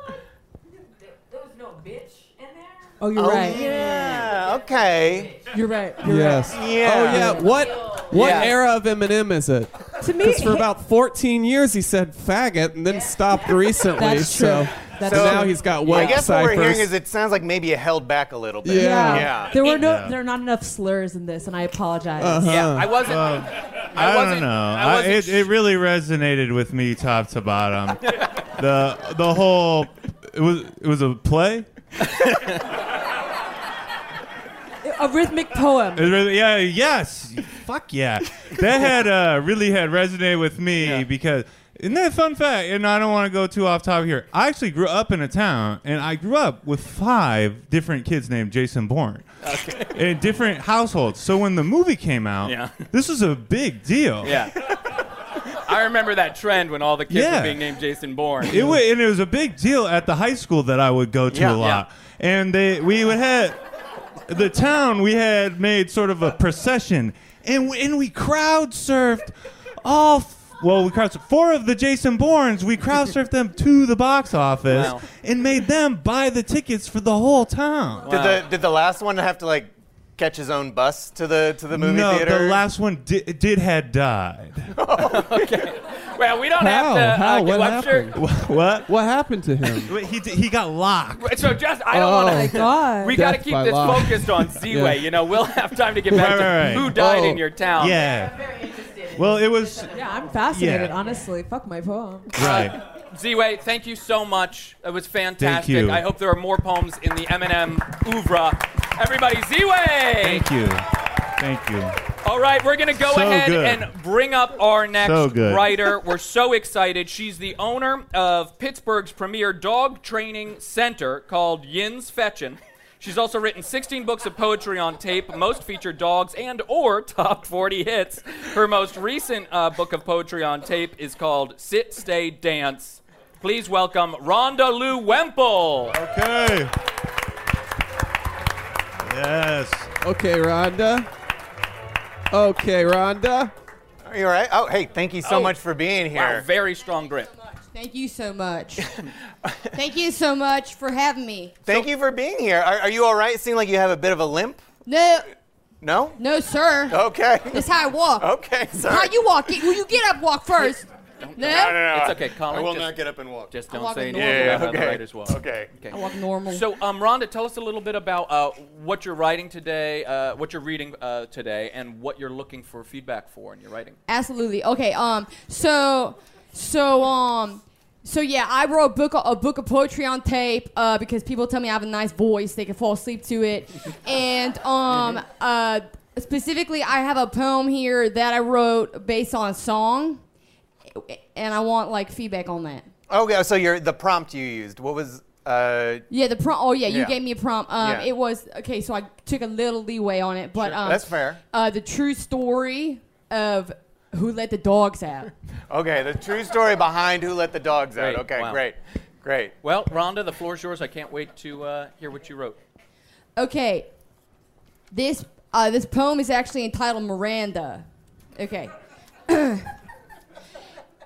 S13: There was no bitch in there.
S16: Oh, you're
S10: Oh,
S16: right.
S10: Yeah. Uh, Okay.
S16: You're right. You're
S12: Yes.
S16: right.
S12: Oh yeah. What what
S10: Yeah.
S12: era of Eminem is it?
S16: To me,
S12: Because for
S16: hi-
S12: about 14 years he said faggot and then stopped recently.
S16: *laughs* That's true.
S12: So,
S16: That's
S12: so
S16: true.
S12: now he's got
S10: I
S12: woke
S10: guess what
S12: ciphers.
S10: we're hearing is it sounds like maybe you held back a little bit.
S12: Yeah.
S10: Yeah.
S16: There were no,
S15: Yeah.
S16: there are not enough slurs in this, and I apologize.
S15: Uh-huh.
S11: Yeah, I wasn't.
S15: Well,
S11: I
S15: I,
S11: wasn't-
S15: don't know.
S11: I
S15: I-
S11: wasn't
S15: it, it really resonated with me top to bottom.
S11: *laughs*
S15: the the whole it was it was a
S11: *laughs*
S15: play.
S16: A rhythmic poem.
S15: It really, yeah, yes, fuck yeah. That had uh, really had resonated with me because isn't that a fun fact? And I don't want to go too off topic here. I actually grew up in a town, and I grew up with five different kids named Jason Bourne in different households. So when the movie came out,
S11: Yeah.
S15: this was a big deal.
S11: Yeah. *laughs* I remember that trend when all the kids
S15: Yeah.
S11: were being named Jason Bourne.
S15: It wa and it was a big deal at the high school that I would go to
S11: Yeah.
S15: a lot. And they we would have the town we had made sort of a procession, and we, and we crowd surfed all. F- well, we crowd surfed four of the Jason Bournes. We crowd surfed them to the box office
S11: Wow.
S15: and made them buy the tickets for the whole town.
S10: Did the did the last one have to like catch his own bus to the to the movie
S15: no,
S10: theater?
S15: the last one di- did had died.
S11: Well, we don't have
S12: How?
S11: to. uh,
S12: How?
S11: okay,
S12: What
S11: well, I'm sure-
S12: happened?
S15: *laughs* What?
S12: What happened to him?
S15: Wait, He, d- he got locked.
S11: So just I don't want to.
S12: Oh.
S11: *laughs*
S16: my God.
S11: We got to
S12: Death
S11: keep
S12: by
S11: this
S12: law.
S15: *laughs*
S11: focused on Z-Way.
S12: Yeah.
S11: You know, we'll have time to get back
S15: Right,
S11: to
S15: right, right.
S11: who died in
S12: Oh.
S11: your town.
S15: Yeah. Well, it was
S16: Yeah, I'm fascinated,
S15: Yeah.
S16: honestly. Fuck my poem.
S15: *laughs*
S11: Uh,
S15: right.
S11: Z-Way, thank you so much. It was fantastic.
S15: you.
S11: I hope there are more poems in the Eminem oeuvre. Everybody, Z-Way.
S15: Thank you. Thank you.
S11: All right, we're going to go
S15: So
S11: ahead
S15: good.
S11: and bring up our next
S15: So good.
S11: writer. We're so excited. She's the owner of Pittsburgh's premier dog training center called Yin's Fetchin'. She's also written 16 books of poetry on tape, most feature dogs and or *laughs* top 40 hits. Her most recent uh, book of poetry on tape is called Sit, Stay, Dance. Please welcome Rhonda Lou Wemple.
S15: Okay. Yes.
S12: Okay, Rhonda. Okay, Rhonda.
S10: Are you all right? Oh, hey, thank you so
S11: Oh.
S10: much for being
S11: Wow,
S10: here.
S11: very strong grip.
S17: Thank you so much. Thank you so much for having me.
S10: thank you for being here. Are, are you all right? It seemed like you have a bit of a limp.
S17: No,
S10: No?
S17: no, sir.
S10: Okay.
S17: That's how I walk.
S10: Okay. Oh, Sorry.
S17: How you walk? Get, will you get up, walk first?
S10: No,
S17: No.
S10: no, no.
S11: It's okay, Colin.
S10: I will
S11: just-
S10: not get up and walk.
S11: Just
S17: I
S11: don't
S17: walk
S11: say
S17: in
S11: anything
S10: normal. Yeah,
S11: about how the
S10: okay.
S11: writers walk.
S10: Okay.
S11: okay.
S17: I walk normal.
S11: So, um, Rhonda, tell us a little bit about uh, what you're writing today, uh, what you're reading uh, today, and what you're looking for feedback for in your writing.
S17: Absolutely. Okay. Um. So, so um. So yeah, I wrote a book, a book of poetry on tape uh, because people tell me I have a nice voice; they can fall asleep to it. and um, uh, specifically, I have a poem here that I wrote based on a song, and I want like feedback on that.
S10: Okay. So your the prompt you used. What was? Uh,
S17: Yeah, the prompt. Oh yeah, you
S10: Yeah.
S17: gave me a prompt. Um,
S10: Yeah.
S17: it was okay, so I took a little leeway on it, but um,
S10: That's fair.
S17: Uh, the true story of who let the
S10: *laughs*
S17: dogs out.
S10: okay. The true story behind who let the dogs
S11: Great,
S10: out. Okay.
S11: wow.
S10: Great. Great.
S11: Well, Rhonda, the floor is yours. I can't wait to uh, hear what you wrote.
S17: Okay, this Uh, this poem is actually entitled Miranda. Okay. *coughs*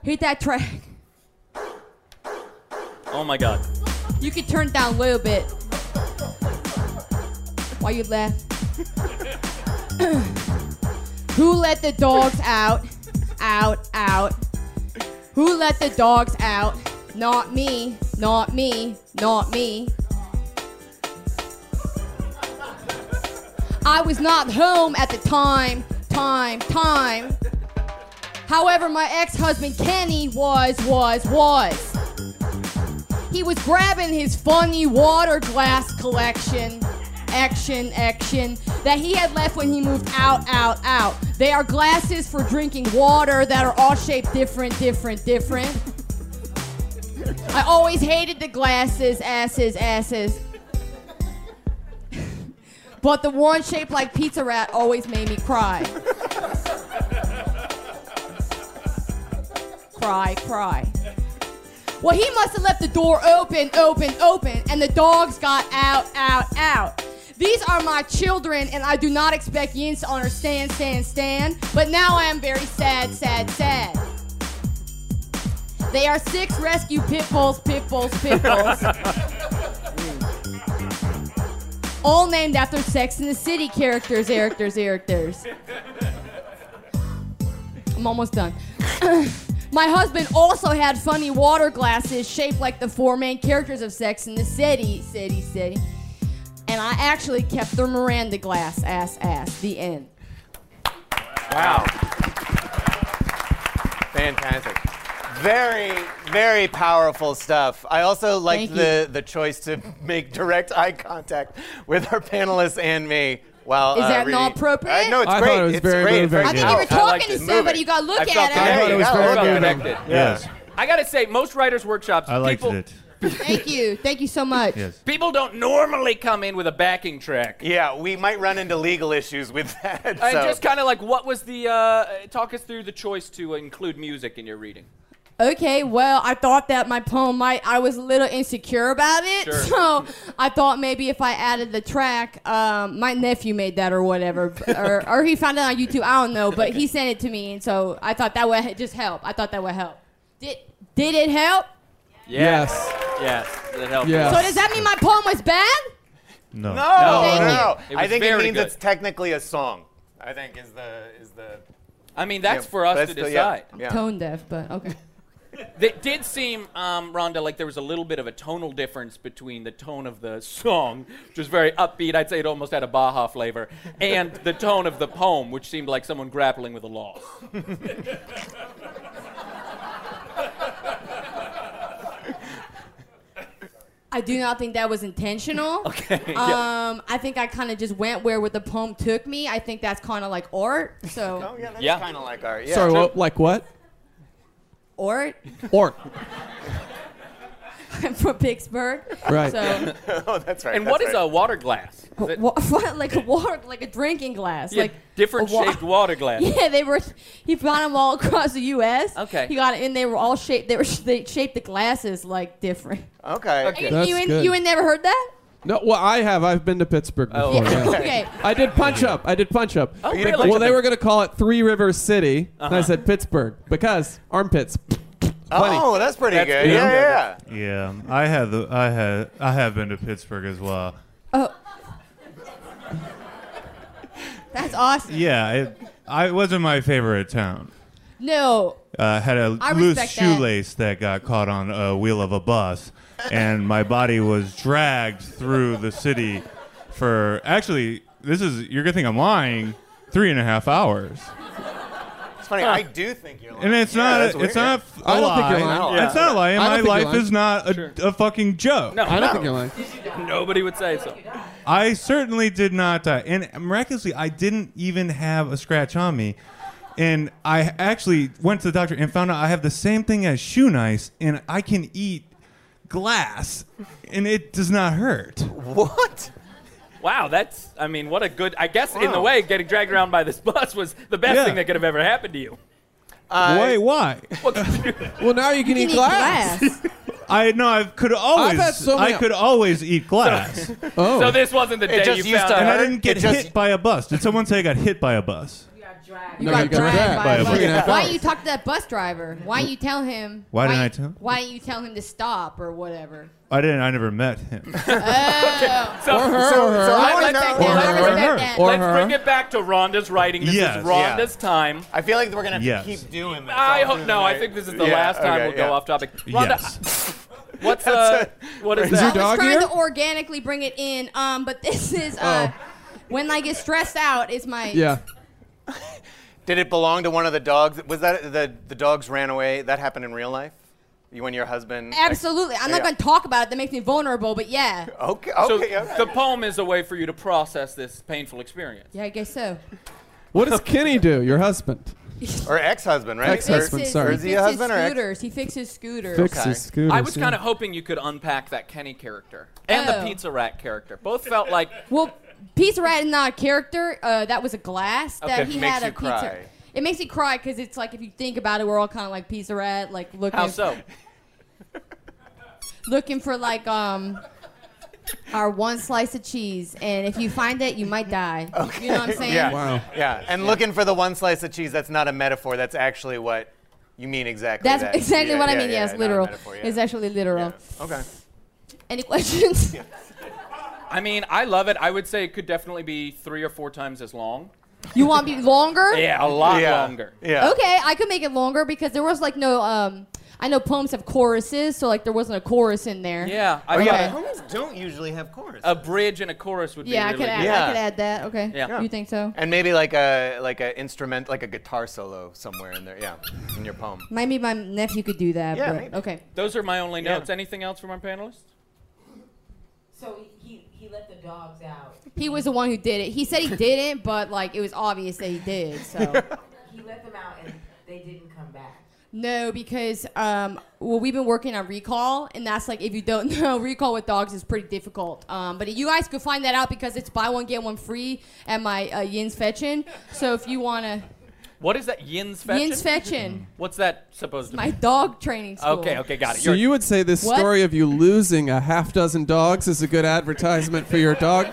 S17: Hit that track.
S11: Oh my God.
S17: You can turn it down a little bit. Why you laugh? *coughs* Who let the dogs out? Out, out. Who let the dogs out? Not me, not me, not me. I was not home at the time, time, time. However, my ex husband Kenny was, was, was. He was grabbing his funny water glass collection, action, action, that he had left when he moved out, out, out. They are glasses for drinking water that are all shaped different, different, different. I always hated the glasses, asses, asses. But the one shaped like pizza rat always made me cry. cry, cry. Well, he must have left the door open, open, open, and the dogs got out, out, out. These are my children, and I do not expect Yins to understand, stand, stand. But now I am very sad, sad, sad. They are six rescue pit bulls, pit bulls, pit bulls. all named after Sex in the City characters, characters, characters. I'm almost done. *coughs* My husband also had funny water glasses shaped like the four main characters of Sex in the City, City, City. And I actually kept their Miranda glass, ass, ass. The end.
S18: Wow.
S10: Fantastic. Very, very powerful stuff. I also liked
S18: Thank
S10: the, the choice to *laughs* make direct eye contact with our panelists and me. While,
S17: Is
S10: uh,
S17: that not
S10: reading-
S17: appropriate?
S10: Uh, no, it's
S17: I
S10: great.
S17: thought it was
S10: it's
S17: very
S10: great.
S17: moving.
S10: Very
S17: I think you
S10: good.
S17: were talking to
S10: Move
S17: somebody,
S10: it.
S17: you gotta look
S10: I felt
S17: at it. I thought
S10: connected.
S17: it was
S10: Yeah,
S17: very
S10: look at
S11: moving.
S10: it.
S11: Yeah. I gotta say, most writers' workshops.
S15: I liked
S11: people,
S15: it.
S17: Thank you. Thank you so much.
S11: People don't normally come in with a backing track.
S10: Yeah, we might run into legal issues with that.
S11: *laughs* And
S10: so.
S11: just kind of like, what was the? Uh, talk us through the choice to include music in
S10: *laughs*
S11: your reading.
S17: Okay, well, I thought that my poem might, I was a little insecure about it.
S11: Sure.
S17: *laughs* So I thought maybe if I added the track, um, my nephew made that or whatever, b- or, or he found it on YouTube, I don't know, but he sent it to me. And so I thought that would he- just help. I thought that would help. Did, did it help?
S11: Yes. Yes. That helped.
S17: So does that mean my poem was bad?
S10: No,
S17: Thank you.
S10: no,
S11: It
S10: I
S11: was
S10: think it
S11: very
S10: means
S11: good.
S10: it's technically a song. I think is the is the.
S11: I mean, that's for us to
S10: still- yeah,
S11: decide.
S10: yeah.
S17: Tone deaf, but okay.
S11: It did seem, um, Rhonda, like there was a little bit of a tonal difference between the tone of the song, which was very upbeat. I'd say it almost had a Baja flavor, and the tone of the poem, which seemed like someone grappling with a loss.
S17: I do not think that was intentional.
S11: Okay, yeah.
S17: Um, I think I kind of just went where, where the poem took me. I think that's kind of like art. So.
S10: Oh yeah, that's
S11: Yeah.
S10: kind of like our. Yeah.
S12: Sorry, what, like what?
S17: *laughs* Ort.
S12: Or
S17: I'm from Pittsburgh.
S12: Right.
S11: *laughs*
S17: So,
S10: *laughs* oh, that's right.
S11: and
S10: that's
S11: what is
S10: right.
S11: a water glass? Is it
S17: wa- *laughs* like a water, like a drinking glass,
S11: Yeah,
S17: like
S11: different
S17: a wa-
S11: shaped water glass?
S17: *laughs* Yeah, they were. He found them all across the U.S.
S11: Okay.
S17: He got it, and they were all shaped. They were *laughs* they shaped the glasses like different.
S10: Okay.
S17: You-
S12: That's
S17: you ain't-
S12: good.
S17: you ain't never heard that?
S12: no, well, I have. I've been to Pittsburgh
S17: Oh,
S12: before.
S17: Yeah,
S12: yeah.
S17: okay.
S12: I did punch up. I did punch up.
S17: Oh, You did really? punch
S12: Well, they
S17: up.
S12: were gonna call it Three Rivers City, and I
S15: Uh-huh.
S12: said Pittsburgh because armpits.
S10: Oh, that's pretty
S12: That's
S10: good.
S12: good.
S10: Yeah, yeah.
S15: Yeah, I had the I had I have been to Pittsburgh as well.
S17: Oh. That's awesome.
S15: Yeah, it, I it wasn't my favorite town.
S17: No,
S15: Uh, had a
S17: I
S15: loose
S17: respect that.
S15: shoelace that. got caught on a wheel of a bus, and my body was dragged through the city for actually this is you're gonna think I'm lying. Three and a half hours,
S10: It's
S15: *laughs*
S10: funny. I do think you're. Lying.
S15: and it's
S10: Yeah,
S15: not
S10: that's
S15: it's
S10: weird.
S15: not a lie. It's not a lie.
S12: I don't
S15: My
S12: think you're
S15: life
S12: lying.
S15: is not a, a fucking joke.
S11: No, no.
S12: lying.
S11: Nobody would say so.
S15: I certainly did not die. And miraculously, I didn't even have a scratch on me. And I actually went to the doctor and found out I have the same thing as shoe nice, and I can eat glass, and it does not hurt.
S10: What?
S11: Wow, that's, I mean, what a good, I guess in the
S15: Wow.
S11: way, getting dragged around by this *laughs* bus was the best
S15: Yeah.
S11: thing that could have ever happened to you.
S15: Wait, why?
S12: *laughs* well, now you can,
S17: you can eat glass.
S15: *laughs* I know I could always
S11: had so many-
S15: I could always eat glass.
S11: Oh. so this wasn't the It day just you used found to
S15: and I
S11: hurt?
S15: didn't get
S11: It just-
S15: hit by a bus. Did someone say I got hit by a bus?
S17: You
S15: No,
S17: got
S15: you got
S17: dragged
S15: dragged
S17: by
S15: by
S17: a
S15: a
S17: bus.
S15: bus. Yeah.
S17: Why you talk to that bus driver? Why you tell him?
S15: Why didn't I tell him?
S17: Why you tell him to stop or
S11: *laughs*
S17: whatever?
S15: I didn't. I never met
S10: *laughs*
S15: him.
S11: So, her,
S17: Or or her. I
S11: let's,
S17: respect
S15: that. I respect
S11: let's
S15: that. Or her.
S11: bring it back to Rhonda's writing. This
S15: Yes.
S11: is Rhonda's time.
S18: I feel like we're gonna have
S15: Yes.
S18: to keep doing this.
S11: I
S18: all
S11: hope
S18: through
S11: no.
S18: the
S11: I
S18: night.
S11: think this is the
S18: Yeah,
S11: last time
S18: okay,
S11: we'll
S18: yeah.
S11: go off topic. Rhonda, *laughs* what's uh, what is
S17: Is
S11: that?
S17: I was trying to organically bring it in, um, but this is uh, when I get stressed out. Is my
S10: Did it belong to one of the dogs? Was that the the dogs ran away? That happened in real life. You and your husband.
S17: absolutely. I'm not
S10: Yeah.
S17: gonna talk about it. That makes me vulnerable. But yeah,
S10: Okay.
S11: So
S10: Okay. all right.
S11: the poem is a way for you to process this painful experience.
S17: yeah, I guess so.
S12: What does Kenny do? Your husband?
S10: Or ex-husband, right?
S12: Ex-husband.
S17: Fixes-
S12: Sorry.
S10: Is he
S17: fixes
S10: a husband or ex-
S17: scooters. He fixes scooters.
S12: Fixes scooters.
S11: I was
S12: yeah.
S11: kind of hoping you could unpack that Kenny character and
S17: Oh.
S11: the pizza rat character. Both felt like
S17: Well, Pizza Rat is not a character. Uh, that was a glass that
S11: Okay.
S17: he
S11: Makes
S17: had a
S11: you
S17: pizza.
S11: cry.
S17: It makes you cry because it's like if you think about it, we're all kind of like Pizza Rat, like looking.
S11: how so?
S17: Looking for like um. Our one slice of cheese, and if you find it, you might die. You know what I'm saying?
S10: Yeah.
S12: Wow.
S10: Yeah. And looking for the one slice of cheese. That's not a metaphor. That's actually what you mean exactly.
S17: That's
S10: that.
S17: exactly
S10: Yeah,
S17: what I
S10: yeah,
S17: mean.
S10: yeah,
S17: yes,
S10: not a
S17: literal.
S10: metaphor, yeah.
S17: It's actually literal.
S10: Okay.
S17: Any questions?
S11: I mean, I love it. I would say it could definitely be three or four times as long.
S17: You want me longer?
S11: Yeah, a lot
S10: Yeah.
S11: longer.
S17: Okay, I could make it longer because there was like no um. I know poems have choruses, so like there wasn't a chorus in there.
S11: Yeah,
S10: Oh,
S11: I
S10: yeah.
S11: got
S10: Poems don't usually have chorus.
S11: a bridge and a chorus would be
S17: Yeah, I
S11: really
S17: could add.
S11: good.
S10: Yeah.
S17: I could add that. Okay.
S10: Yeah.
S17: You think so?
S10: And maybe like a like a instrument, like a guitar solo somewhere in there. Yeah, in your poem.
S17: Maybe my nephew could do that.
S10: Yeah,
S17: but,
S10: maybe.
S17: Okay.
S11: Those are my only
S10: Yeah.
S11: notes. Anything else from our panelists?
S13: So he, he let the dogs out.
S17: He was the one who did it. He said he didn't, but like it was obvious that he did. So
S10: *laughs*
S13: He let them out and they didn't come back.
S17: no, because um, well, we've been working on recall, and that's like if you don't *laughs* know, recall with dogs is pretty difficult. Um, but you guys could find that out because it's buy one get one free at my uh, Yin's Fetchin. So if you wanna,
S11: What is that? Yin's fetchin.
S17: Yin's Fetchin.
S11: What's that supposed to
S17: my
S11: be?
S17: dog training school.
S11: Okay, okay, got it.
S12: So
S11: You're-
S12: you would say this
S17: What?
S12: story of you losing a half dozen dogs is a good advertisement for your dog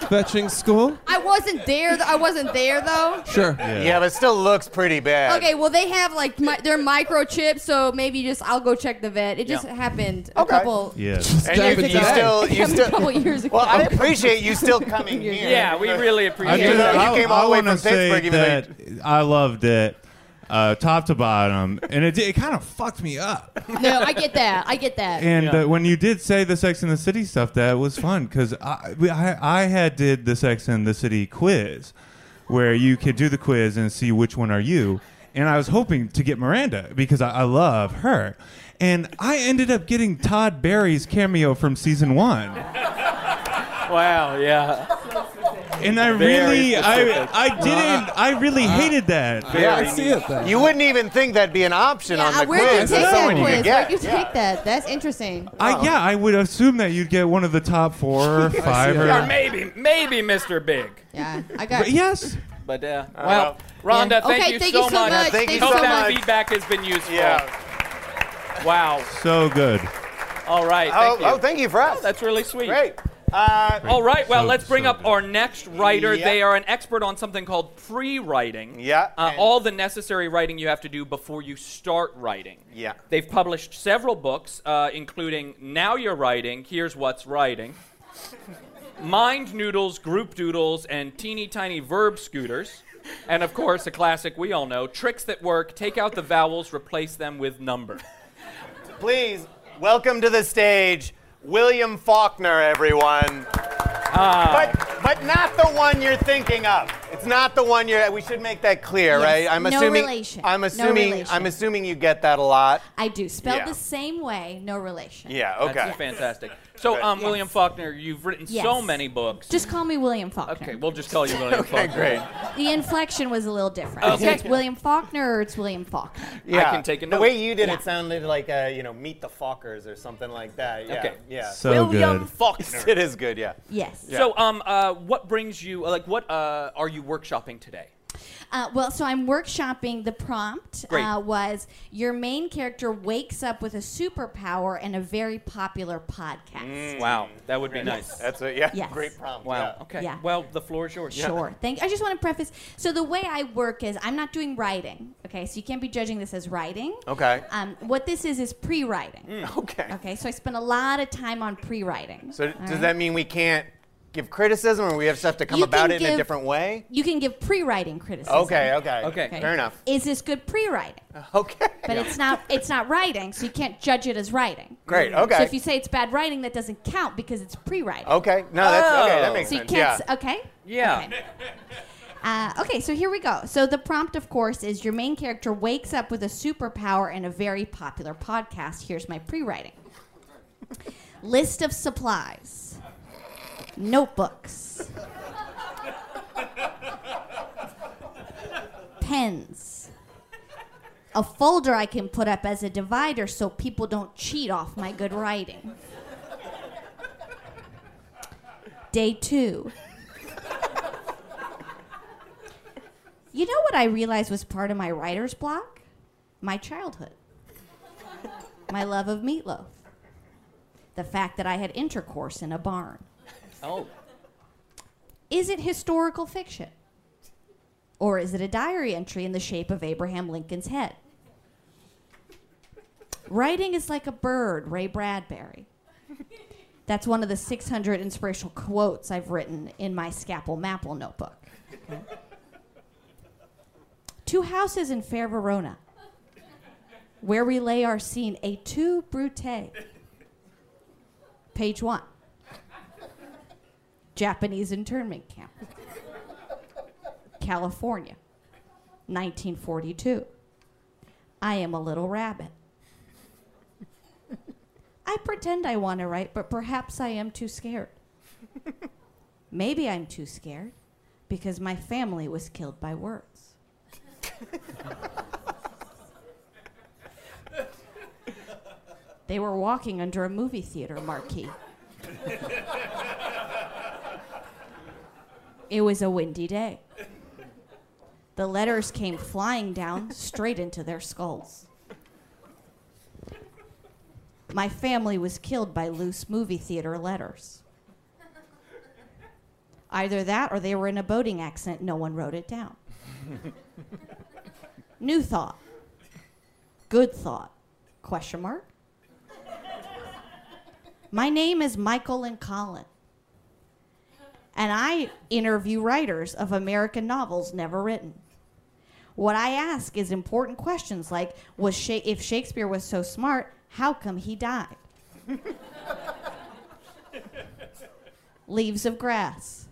S12: fetching school?
S17: I wasn't there. Th- I wasn't there though.
S12: Sure.
S10: Yeah, but it still looks pretty bad.
S17: Okay, well they have like mi- they're microchipped, so maybe just I'll go check the vet. It just
S10: Yeah.
S17: happened a couple.
S15: Yeah.
S10: And you, you still, you
S17: happened a couple
S10: still.
S17: years ago.
S10: Well, I appreciate you still
S17: *laughs*
S10: coming here.
S11: Yeah, we really appreciate
S10: Even
S11: it.
S10: though
S15: I-
S10: you came all the
S15: I
S10: way
S15: wanna
S10: from Pittsburgh,
S15: say
S10: even though you
S15: that I loved it, uh, top to bottom, and it, did- it kind of fucked me up.
S17: no, I get that. I get that.
S15: And uh, when you did say the Sex in the City stuff, that was fun because I, we- I I had did the Sex in the City quiz, where you could do the quiz and see which one are you. And I was hoping to get Miranda because I, I love her, and I ended up getting Todd Barry's cameo from season one.
S11: *laughs* Wow. Yeah.
S15: And I
S11: Very
S15: really, I,
S11: specific.
S15: I
S17: Uh,
S15: didn't, I really hated that.
S10: You wouldn't even think that'd be an option on
S17: Uh,
S10: the
S17: where'd you
S10: quiz.
S17: take
S10: That's
S17: that
S10: someone you could
S17: quiz?
S10: get.
S17: Where'd you take that? That's interesting.
S10: Oh.
S15: I, yeah, I would assume that you'd get one of the top four
S10: *laughs*
S15: or five. or,
S11: Or maybe, maybe Mr. Big.
S17: Yeah, I got.
S15: but yes.
S11: But uh,
S15: Uh,
S11: well, Rhonda,
S17: Yeah.
S11: thank,
S17: Okay,
S11: you,
S17: thank
S11: so
S17: you so
S11: much.
S17: much. Thank you
S11: Hope
S17: so
S11: that
S17: much.
S11: feedback has been useful.
S10: Yeah.
S11: Wow.
S15: So good.
S11: All right.
S10: Oh,
S11: Thank you.
S10: oh, thank you for us.
S11: that's really sweet.
S10: Great. Uh,
S11: All right. Well,
S10: So-
S11: let's bring up our next writer.
S10: Yeah.
S11: They are an expert on something called pre-writing.
S10: Yeah,
S11: Uh,
S10: and-
S11: all the necessary writing you have to do before you start writing.
S10: Yeah.
S11: They've published several books, uh, including Now You're Writing, Here's What's Writing, Mind Noodles, Group Doodles, and Teeny Tiny Verb Scooters. And of course, a classic we all know Tricks That Work, Take Out the Vowels, Replace Them with Number.
S10: Please welcome to the stage William Faulkner, everyone.
S11: Ah.
S10: but but not the one you're thinking of. It's not the one you're. We should make that clear,
S19: Yes,
S10: right? I'm
S19: no
S10: assuming.
S19: relation.
S10: I'm
S19: No
S10: assuming.
S19: relation.
S10: I'm assuming you get that a lot.
S19: I do. Spelled
S10: Yeah.
S19: the same way, no relation.
S10: Yeah.
S11: That's
S10: Okay.
S11: fantastic. So,
S10: Right.
S11: um,
S19: Yes.
S11: William Faulkner, you've written
S19: Yes.
S11: so many books.
S19: Just call me William Faulkner.
S11: Okay, we'll just call you
S18: *laughs*
S11: William
S10: Okay,
S11: Faulkner.
S10: great.
S19: The inflection was a little different.
S11: Okay.
S19: So it's William Faulkner or it's William Faulkner.
S10: Yeah.
S11: can take a
S10: The
S11: note.
S10: way you did
S11: Yeah.
S10: it sounded like uh, you know, meet the Fockers or something like that. Yeah.
S11: Okay.
S10: Yeah.
S11: So William good.
S10: Faulkner. it is good. Yeah.
S19: Yes.
S11: So, um, uh, what brings you? Like, what uh, are you uh, workshopping today?
S19: Uh, well, so I'm workshopping. The prompt
S1: Great.
S19: uh, was your main character wakes up with a superpower and a very popular podcast.
S11: Wow, that would be nice.
S18: That's a yeah,
S19: Yes.
S18: great prompt.
S11: Wow.
S18: yeah.
S11: Okay.
S19: Yeah.
S11: Well, the floor is yours.
S19: Sure. Thank. I just want to preface. So the way I work is I'm not doing writing. Okay. So you can't be judging this as writing.
S18: Okay.
S19: Um, what this is is pre-writing.
S10: okay.
S19: Okay. So I spend a lot of time on pre-writing.
S10: So
S19: All
S10: does
S19: right?
S10: that mean we can't give criticism, or we have stuff to come
S19: You
S10: about
S19: can
S10: it in a
S19: give-
S10: different way?
S19: You can give pre-writing criticism.
S10: Okay, okay, fair enough. Uh,
S19: Is this good pre-writing?
S10: Okay.
S19: But it's not. It's not writing, so you can't judge it as writing.
S10: Great,
S19: So
S10: okay.
S19: if you say it's bad writing, that doesn't count because it's pre-writing.
S10: Okay, no, that's okay. That
S11: Oh.
S10: makes
S19: So you
S10: sense.
S19: can't.
S10: Yeah.
S19: s- Okay.
S11: Yeah.
S19: Uh, okay, so here we go. So the prompt, of course, is your main character wakes up with a superpower and a very popular podcast. Here's my pre-writing. List of supplies. Notebooks. Pens. A folder I can put up as a divider so people don't cheat off my good writing. Day two. You know what I realized was part of my writer's block? My childhood. My love of meatloaf. The fact that I had intercourse in a barn.
S11: *laughs* Oh.
S19: Is it historical fiction? Or is it a diary entry in the shape of Abraham Lincoln's head? Writing is like a bird, Ray Bradbury. That's one of the 600 inspirational quotes I've written in my Scapel Maple notebook. Two houses in Fair Verona, where we lay our scene, a two brute. Page one Japanese internment camp, California, 1942. I am a little rabbit. I pretend I want to write, but perhaps I am too scared. Maybe I'm too scared because my family was killed by words. they were walking under a movie theater marquee. It was a windy day. The letters came flying down straight into their skulls. My family was killed by loose movie theater letters. Either that or they were in a boating accident, no one wrote it down. New thought. Good thought. Question mark. My name is Michael and Colin. And I interview writers of American novels never written. What I ask is important questions like was Sha- if Shakespeare was so smart, how come he died? Leaves of grass.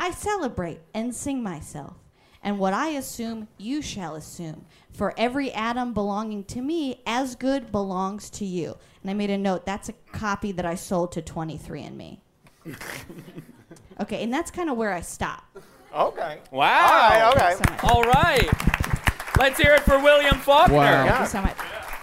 S19: I celebrate and sing myself, and what I assume you shall assume. For every atom belonging to me, as good belongs to you. And I made a note that's a copy that I sold to 23andMe. okay, and that's kind of where I stop.
S10: Okay.
S11: Wow.
S10: All right. Okay.
S11: All right. Let's hear it for William Faulkner.
S10: Wow.
S19: Thank you so much.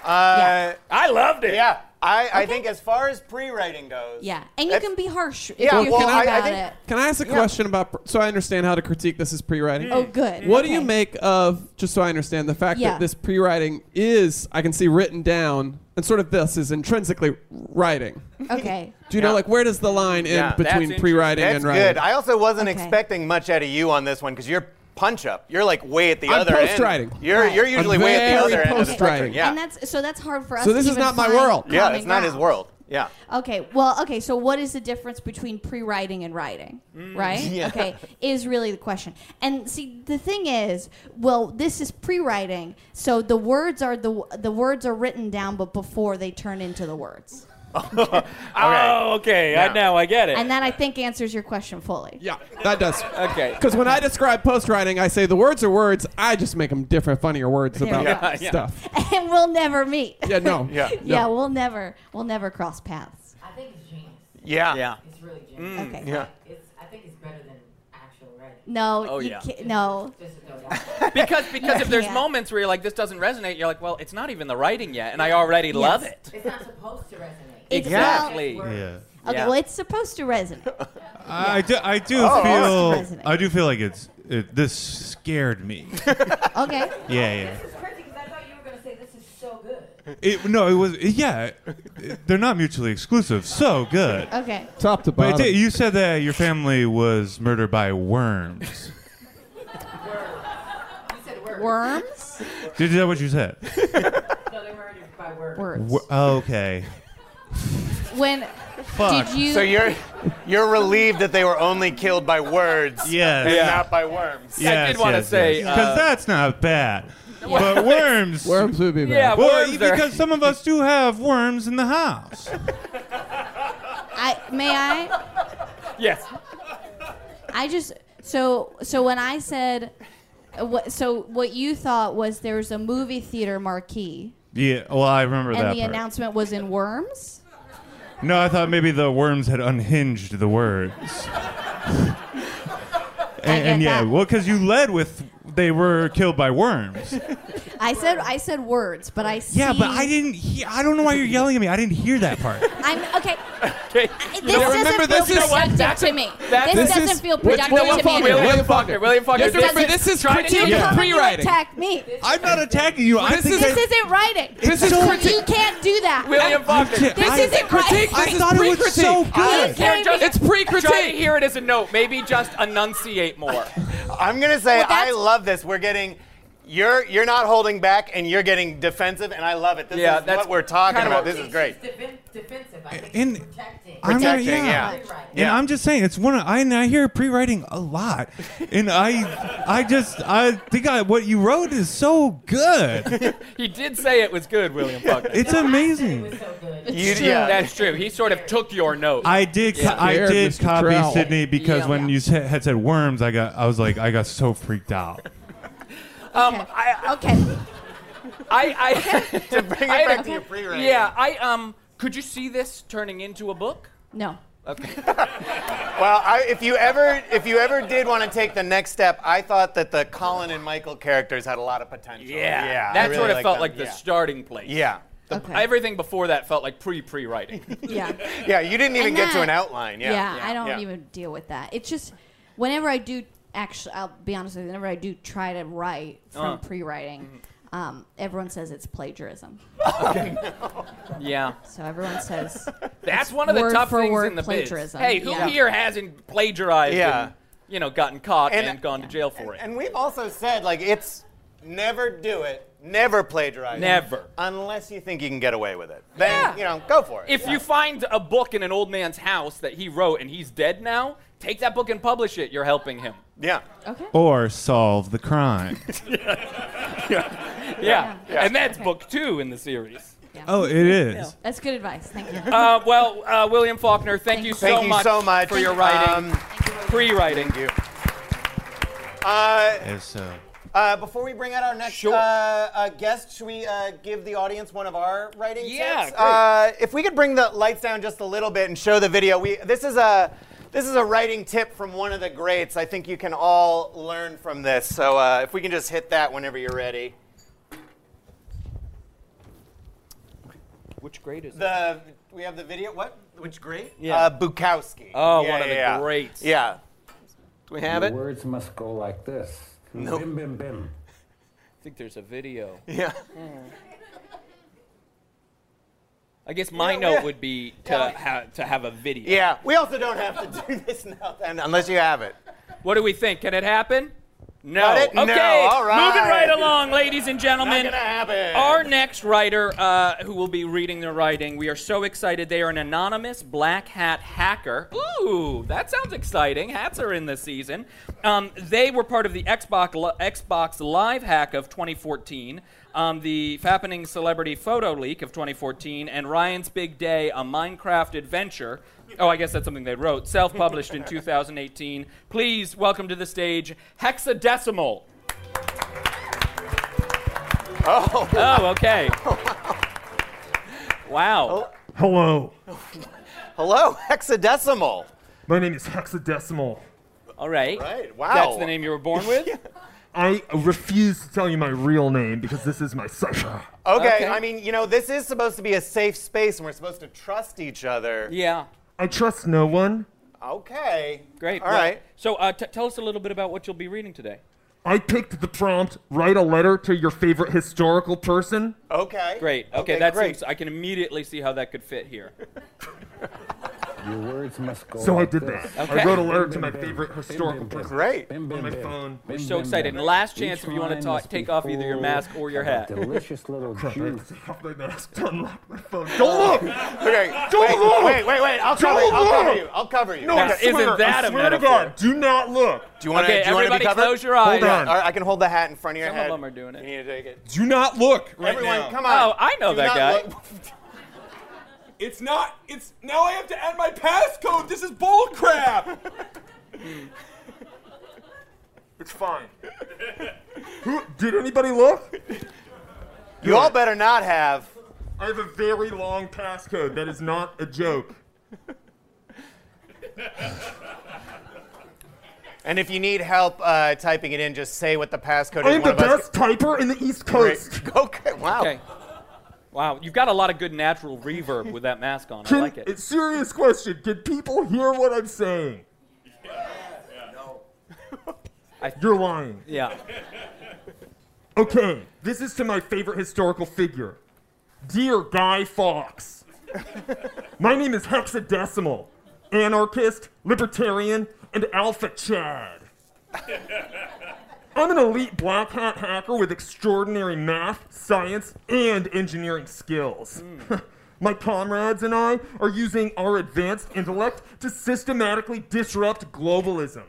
S10: Uh,
S11: I loved it.
S10: Yeah. I, I
S19: Okay.
S10: think as far as pre-writing goes.
S19: Yeah, and you
S10: That's-
S19: can be harsh if
S10: Yeah,
S19: you're
S10: well,
S19: thinking
S10: I- I
S19: about
S10: think-
S19: it.
S12: Can I ask a
S19: Yeah.
S12: question about pr- so I understand how to critique this as pre-writing?
S19: Oh, good.
S12: What do you
S19: Okay.
S12: make of just so I understand the fact
S19: Yeah.
S12: that this pre-writing is I can see written down and sort of this is intrinsically writing.
S19: Okay.
S12: Do you know like where does the line end between pre-writing
S10: That's
S12: and writing?
S10: good. I also wasn't
S19: Okay.
S10: expecting much out of you on this one because you're punch up. You're like way at the
S12: I'm
S10: other
S12: post-writing.
S10: end. You're you're
S12: Right.
S10: usually
S12: I'm
S10: way at the
S12: very
S10: other end of the spectrum.
S12: post-writing.
S10: Yeah.
S19: And that's so that's hard for us.
S12: So this
S19: to
S12: is
S19: even
S12: not my
S19: find
S12: world.
S10: Yeah,
S19: common
S10: it's not his
S19: ground.
S10: world. Yeah.
S19: Okay. Well, okay. So what is the difference between pre-writing and writing?
S11: Mm.
S19: Right?
S10: Yeah.
S19: Okay. Is really the question. And see, the thing is, well, this is pre-writing, so the words are the the words are written down, but before they turn into the words.
S11: Oh, okay. I,
S12: Yeah.
S11: now I get it.
S19: And that I think answers your question fully.
S12: Yeah. That does.
S11: Okay.
S12: *laughs* Because when I describe post-writing, I say the words are words. I just make them different, funnier words
S19: There
S12: about
S19: you go. *laughs* Yeah, yeah.
S12: stuff.
S19: *laughs* and we'll never meet.
S12: Yeah,
S19: *laughs*
S12: no. Yeah, no.
S19: yeah, we'll never we'll never cross paths.
S13: I think it's genius.
S10: Yeah. Yeah.
S13: It's really genius.
S19: Mm, Okay.
S10: yeah.
S13: It's, I think it's better than actual writing.
S19: No,
S11: Oh,
S19: you
S11: yeah.
S19: can't, no.
S11: because because if there's
S19: Yeah.
S11: moments where you're like this doesn't resonate, you're like, well, it's not even the writing yet, and I already love it.
S13: It's not supposed to resonate.
S11: Exactly.
S15: Yeah.
S19: Okay,
S11: Yeah.
S19: well, it's supposed to resonate.
S15: I do. I do
S19: Oh,
S15: feel.
S19: awesome.
S15: I do feel like it's it, this scared me.
S19: *laughs* Okay.
S15: yeah,
S13: This is crazy because I thought you were going to say this is so good.
S15: yeah. It, no, it was yeah. They're not mutually exclusive. So good.
S19: Okay.
S12: Top to
S15: But it
S12: bottom.
S15: did- you said that your family was murdered by worms.
S19: Worms?
S1: *laughs*
S15: Did you know what you said?
S19: Words.
S15: Wo- oh, okay.
S19: When
S10: Fuck.
S19: did you?
S10: So you're you're relieved that they were only killed by words
S15: Yes.
S10: and
S15: Yeah.
S10: not by worms.
S15: Yes, yes, yes.
S10: uh,
S15: that's not bad. But worms,
S12: worms would be bad.
S15: Yeah,
S12: Yeah,
S15: well,
S12: worms are-
S15: because some of us do have worms in the house.
S19: I may I?
S11: Yes.
S19: I just so so when I said, uh, what, so what you thought was there was a movie theater marquee,
S15: Yeah, well, I remember
S19: and
S15: that
S19: the
S15: part.
S19: announcement was in Worms.
S15: no, I thought maybe the worms had unhinged the
S19: *laughs*
S15: words. and and yeah, well, because you led with they were killed by worms.
S19: I said I said words, but I see,
S15: Yeah, but I didn't. He- I don't know why you're yelling at me. I didn't hear that part.
S19: I'm okay.
S11: Okay.
S19: *laughs* This doesn't feel productive to me. this doesn't feel productive
S11: William
S19: to me.
S11: Faulkner, William Faulkner. William Faulkner.
S19: This doesn't-
S11: This is critique
S19: You're
S11: of
S19: coming to
S11: pre-writing.
S19: Attack me.
S15: I'm not attacking you. I
S19: This,
S15: think I-
S19: isn't writing.
S15: This is criti-
S19: you can't do that.
S11: William Faulkner.
S19: This isn't writing.
S11: I don't care. Just,
S10: It's pre-critique.
S11: Try to hear it as a note. Maybe just enunciate more. *laughs*
S10: I'm gonna say I love this. We're getting. You're you're not holding back and you're getting defensive and I love it. This
S11: Yeah,
S10: is
S11: that's
S10: what we're talking
S11: kinda
S10: about.
S11: what-
S10: This is great.
S15: And
S10: Protecting,
S15: not-
S10: yeah.
S15: And I'm just saying, it's one. Of, I and I hear pre-writing a lot, and I, I just, I think I, what you wrote is so
S10: *laughs*
S15: good.
S11: He did say it was good, William Faulkner.
S15: It's amazing.
S11: You-
S15: It's
S11: yeah,
S15: true.
S11: that's true. He sort of took your note.
S15: I did, co-
S11: Yeah.
S15: I did copy
S11: Trout.
S15: Sydney because when you said, had said worms, I got, I was like, I got so freaked out.
S11: Um,
S19: I, okay.
S11: I, I *laughs* to
S10: bring it
S19: back to your pre-writing.
S11: Yeah, I um, could you see this turning into a book?
S19: No.
S11: Okay.
S10: *laughs*
S11: *laughs*
S10: Well, I, if you ever if you ever did want to take the next step, I thought that the Colin and Michael characters had a lot of potential.
S11: Yeah,
S10: yeah. I
S11: that
S10: really
S11: sort of felt
S10: them.
S11: like the
S10: Yeah.
S11: starting place.
S10: Yeah.
S11: The- Everything before that felt like pre pre writing.
S10: *laughs*
S19: Yeah.
S10: Yeah, you didn't even
S19: And
S10: get to
S19: that-
S10: an outline. Yeah.
S19: I don't even deal with that. It's just whenever I do actually, I'll be honest with you. Whenever I do try to write from
S11: Uh.
S19: pre-writing, um, everyone says it's plagiarism. *laughs*
S11: yeah.
S19: So everyone
S10: *laughs*
S19: says
S11: That's
S19: it's
S11: one of the
S19: word
S11: tough
S19: for
S11: things
S19: word
S11: in the
S19: plagiarism.
S11: biz. Hey, who
S19: Yeah.
S11: here hasn't plagiarized?
S10: Yeah.
S11: And, you know, gotten caught
S10: And-
S11: and, gone to jail for it.
S10: And we've also said like it's never do it, never plagiarize, it,
S11: Never.
S10: unless you think you can get away with it. Then you know, go for it.
S11: If you find a book in an old man's house that he wrote and he's dead now, take that book and publish it. You're helping him.
S10: Yeah.
S19: Okay.
S15: Or solve the crime.
S11: *laughs* *laughs* yeah. And that's book two in the series.
S15: Oh, it is.
S19: That's good advice. Thank you.
S11: Uh, well, uh, William Faulkner, thank, you, so
S10: Thank you
S11: much
S10: so much.
S11: for your writing,
S10: Um,
S11: pre-writing. Thank
S10: you. Uh,
S15: It's, uh,
S10: Uh, before we bring out our next uh, uh, guest, should we uh, give the audience one of our writing
S11: Yeah,
S10: tips?
S11: great.
S10: Uh, if we could bring the lights down just a little bit and show the video. We this is a this is a writing tip from one of the greats. I think you can all learn from this. So uh, if we can just hit that whenever you're ready.
S11: Which grade is
S10: The we have the video. What? Which great?
S11: Yeah.
S10: Uh, Bukowski.
S11: Oh,
S10: Yeah,
S11: one of the
S10: yeah, yeah.
S11: greats.
S10: Yeah. Do we have
S1: Your
S10: it?
S1: words must go like this.
S10: No.
S1: Bim, bim, bim.
S11: I think there's a video.
S10: Yeah.
S11: I guess my
S10: Yeah,
S11: note
S10: yeah.
S11: would be to,
S10: Yeah.
S11: ha- to have a video.
S10: Yeah. We also don't have to do this now, then, unless you have it.
S11: What do we think? Can it happen? No.
S10: Got it? No.
S11: Okay.
S10: All right.
S11: Moving right along, ladies and gentlemen.
S10: Not gonna happen.
S11: Our next writer, uh, who will be reading their writing, we are so excited. They are an anonymous black hat hacker. Ooh, that sounds exciting. Hats are in this season. Um, they were part of the Xbox li- Xbox Live hack of 2014. Um, the Fappening Celebrity Photo Leak of 2014 and Ryan's Big Day, a Minecraft adventure. Oh, I guess that's something they wrote. Self published in 2018. Please welcome to the stage Hexadecimal.
S10: Oh.
S11: Oh, okay. Wow.
S20: Hello,
S10: Oh. Hello, hexadecimal.
S20: my name is Hexadecimal.
S11: All right.
S10: Right. Wow.
S11: That's the name you were born
S10: *laughs*
S11: with?
S20: I refuse to tell you my real name because this is my cipher.
S10: Okay, I mean, you know, this is supposed to be a safe space and we're supposed to trust each other.
S11: Yeah.
S20: I trust no one.
S10: Okay.
S11: Great.
S10: All
S11: well,
S10: right.
S11: So uh, t- tell us a little bit about what you'll be reading today.
S20: I picked the prompt, write a letter to your favorite historical person.
S10: Okay.
S11: Great. Okay,
S10: Okay,
S11: that
S10: great.
S11: seems. I can immediately see how that could fit here.
S1: Your words must go.
S20: So I
S1: like
S20: did
S1: this.
S20: that. *laughs* I wrote a letter to my favorite historical person.
S10: Great.
S20: On my phone.
S11: We're so excited. And last chance if you want to talk, take off either your mask or your hat. *laughs*
S1: Delicious
S20: *laughs*
S1: little juice.
S11: *laughs*
S20: Don't look.
S10: Okay.
S20: Don't
S10: wait,
S20: look!
S10: Wait, wait, wait. I'll cover,
S20: Don't
S10: I'll cover
S20: look!
S10: you. I'll cover you.
S20: No, I swear, I swear to God, do not look.
S10: Do you want
S11: Okay,
S10: to? Do you want to be
S11: everybody
S10: covered?
S11: close your eyes.
S10: Hold on.
S11: Yeah.
S10: All right, I can hold the hat in front of your
S11: Some of
S10: head.
S11: them are doing it.
S10: You need to *laughs* take it.
S20: Do not look right
S10: Everyone,
S20: now.
S10: come on.
S11: Oh, I know
S10: Do
S11: that
S10: not
S11: guy.
S20: *laughs*
S10: look-
S2: It's not. It's now. I have to add my passcode. This is bull
S10: *laughs*
S2: crap.
S20: It's fine. *laughs* Who, did anybody
S10: *laughs*
S20: look?
S10: You all better not have.
S20: I have a very long passcode. That is not a joke.
S10: And if you need help uh, typing it in, just say what the passcode
S20: I
S10: is.
S20: am
S10: One
S20: the
S10: of us-
S20: best typer in the East Coast.
S10: *laughs* Great. Okay. Wow.
S11: Okay. Wow, you've got a lot of good natural reverb with that mask on. I
S20: Can-
S11: like it.
S20: it's serious question. Can people hear what I'm saying? You're lying.
S11: Yeah.
S20: Okay, this is to my favorite historical figure. Dear Guy Fawkes, my name is Hexadecimal, anarchist, libertarian, and alpha Chad. I'm an elite black hat hacker with extraordinary math, science, and engineering skills. *laughs* My comrades and I are using our advanced intellect to systematically disrupt globalism.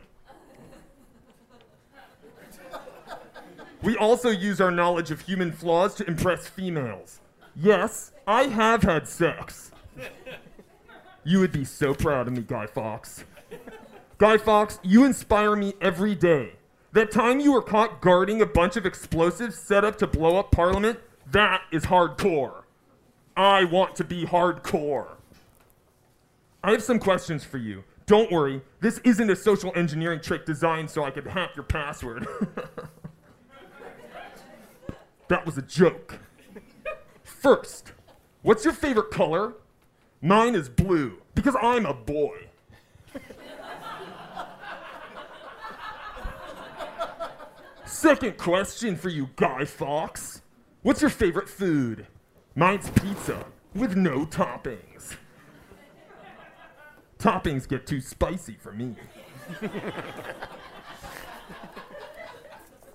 S20: We also use our knowledge of human flaws to impress females. Yes, I have had sex. You would be so proud of me, Guy Fox. Guy Fox, you inspire me every day. That time you were caught guarding a bunch of explosives set up to blow up Parliament, that is hardcore. I want to be hardcore. I have some questions for you. Don't worry, this isn't a social engineering trick designed so I could hack your password. *laughs* That was a joke. First, what's your favorite color? Mine is blue, because I'm a boy. Second question for you, Guy Fox. What's your favorite food? Mine's pizza, with no toppings. Toppings get too spicy for me.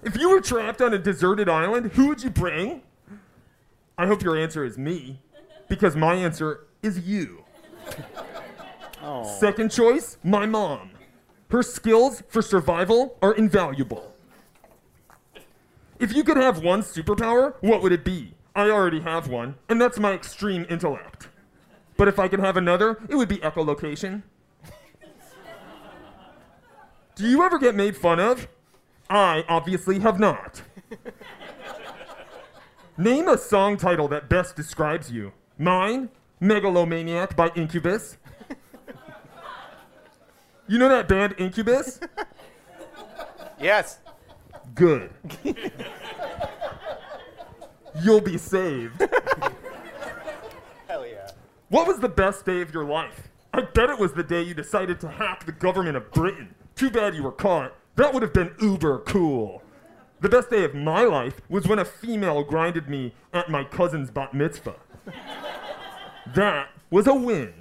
S20: If you were trapped on a deserted island, who would you bring? I hope your answer is me, because my answer is you. Second choice, my mom. Her skills for survival are invaluable. If you could have one superpower, what would it be? I already have one, and that's my extreme intellect. But if I could have another, it would be echolocation. Do you ever get made fun of? I obviously have not. Name a song title that best describes you. Mine, Megalomaniac by Incubus. You know that band Incubus?
S10: Yes.
S20: Good. You'll be saved.
S10: *laughs* Hell yeah.
S20: What was the best day of your life? I bet it was the day you decided to hack the government of Britain. Too bad you were caught. That would have been uber cool. The best day of my life was when a female grinded me at my cousin's bat mitzvah. That was a win.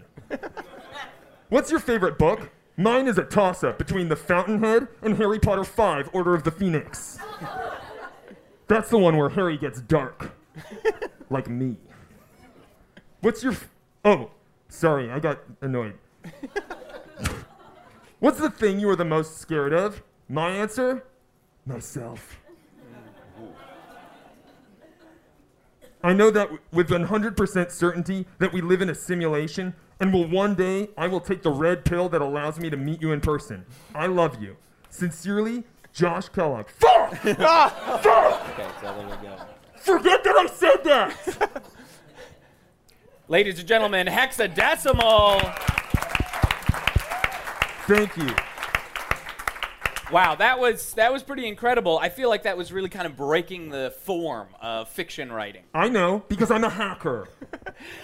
S20: What's your favorite book? Mine is a toss up between The Fountainhead and Harry Potter 5 Order of the Phoenix. That's the one where Harry gets dark. like me. What's your. F- oh, sorry, I got annoyed. What's the thing you are the most scared of? My answer? Myself. I know that w- with 100% certainty that we live in a simulation, and will one day I will take the red pill that allows me to meet you in person. I love you. Sincerely, Josh Kellogg. Fuck! Ah, fuck!
S11: Okay, so there we go.
S20: Forget that I said that!
S11: Ladies and gentlemen, hexadecimal.
S20: Thank you.
S11: Wow, that was that was pretty incredible. I feel like that was really kind of breaking the form of fiction writing.
S20: I know, because I'm a hacker.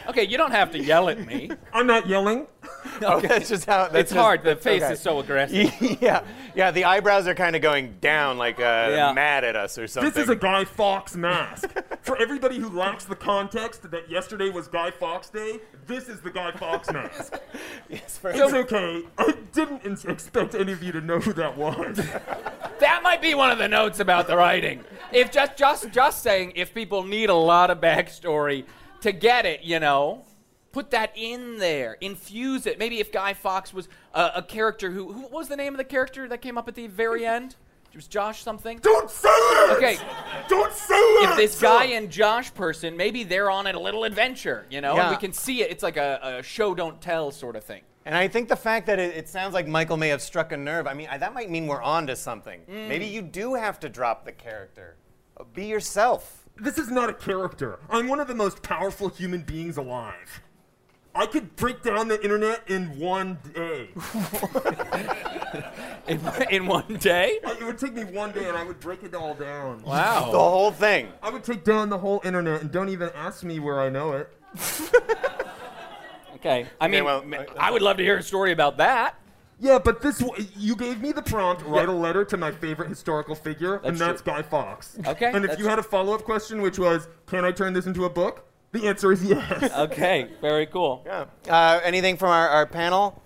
S11: Okay, you don't have to yell at me.
S20: I'm not yelling.
S10: *laughs* Okay. That's just how. That's
S11: It's hard. The
S10: that's-
S11: face
S10: okay.
S11: is so aggressive.
S10: *laughs* yeah, yeah. The eyebrows are kind of going down, like uh,
S11: Yeah.
S10: mad at us or something.
S20: This is a Guy Fox mask. For everybody who lacks the context that yesterday was Guy Fox Day, this is the Guy Fox
S10: *laughs*
S20: mask. yes,
S10: for
S20: it's okay. I didn't ins- expect any of you to know who that was. *laughs*
S11: That might be one of the notes about the writing. If just just just saying if people need a lot of backstory to get it, you know, put that in there, infuse it. Maybe if Guy Fox was a, a character who who what was the name of the character that came up at the very end? It was Josh something.
S20: Don't say it.
S11: Okay.
S20: Don't say
S11: If this guy and Josh person, maybe they're on a little adventure, you know, and
S10: Yeah.
S11: we can see it. It's like a, a show don't tell sort of thing.
S10: And I think the fact that it, it sounds like Michael may have struck a nerve, I mean, I, that might mean we're on to something.
S11: Mm.
S10: Maybe you do have to drop the character. Uh, Be yourself.
S20: This is not a character. I'm one of the most powerful human beings alive. I could break down the internet in one day.
S11: *laughs* In, in one day?
S20: It would take me one day and I would break it all down.
S10: Wow. The whole thing.
S20: I would take down the whole internet and don't even ask me where I know it.
S11: Okay. I mean,
S20: well,
S11: ma- I would love to hear a story about that.
S20: Yeah, but this w- you gave me the prompt, write a letter to my favorite historical figure, and that's
S11: That's true.
S20: Guy Fox.
S11: Okay,
S20: And if
S11: that's-
S20: you had a follow-up question which was, can I turn this into a book? The answer is yes.
S11: *laughs* Okay, very cool.
S10: Yeah. Uh, anything from our, our panel?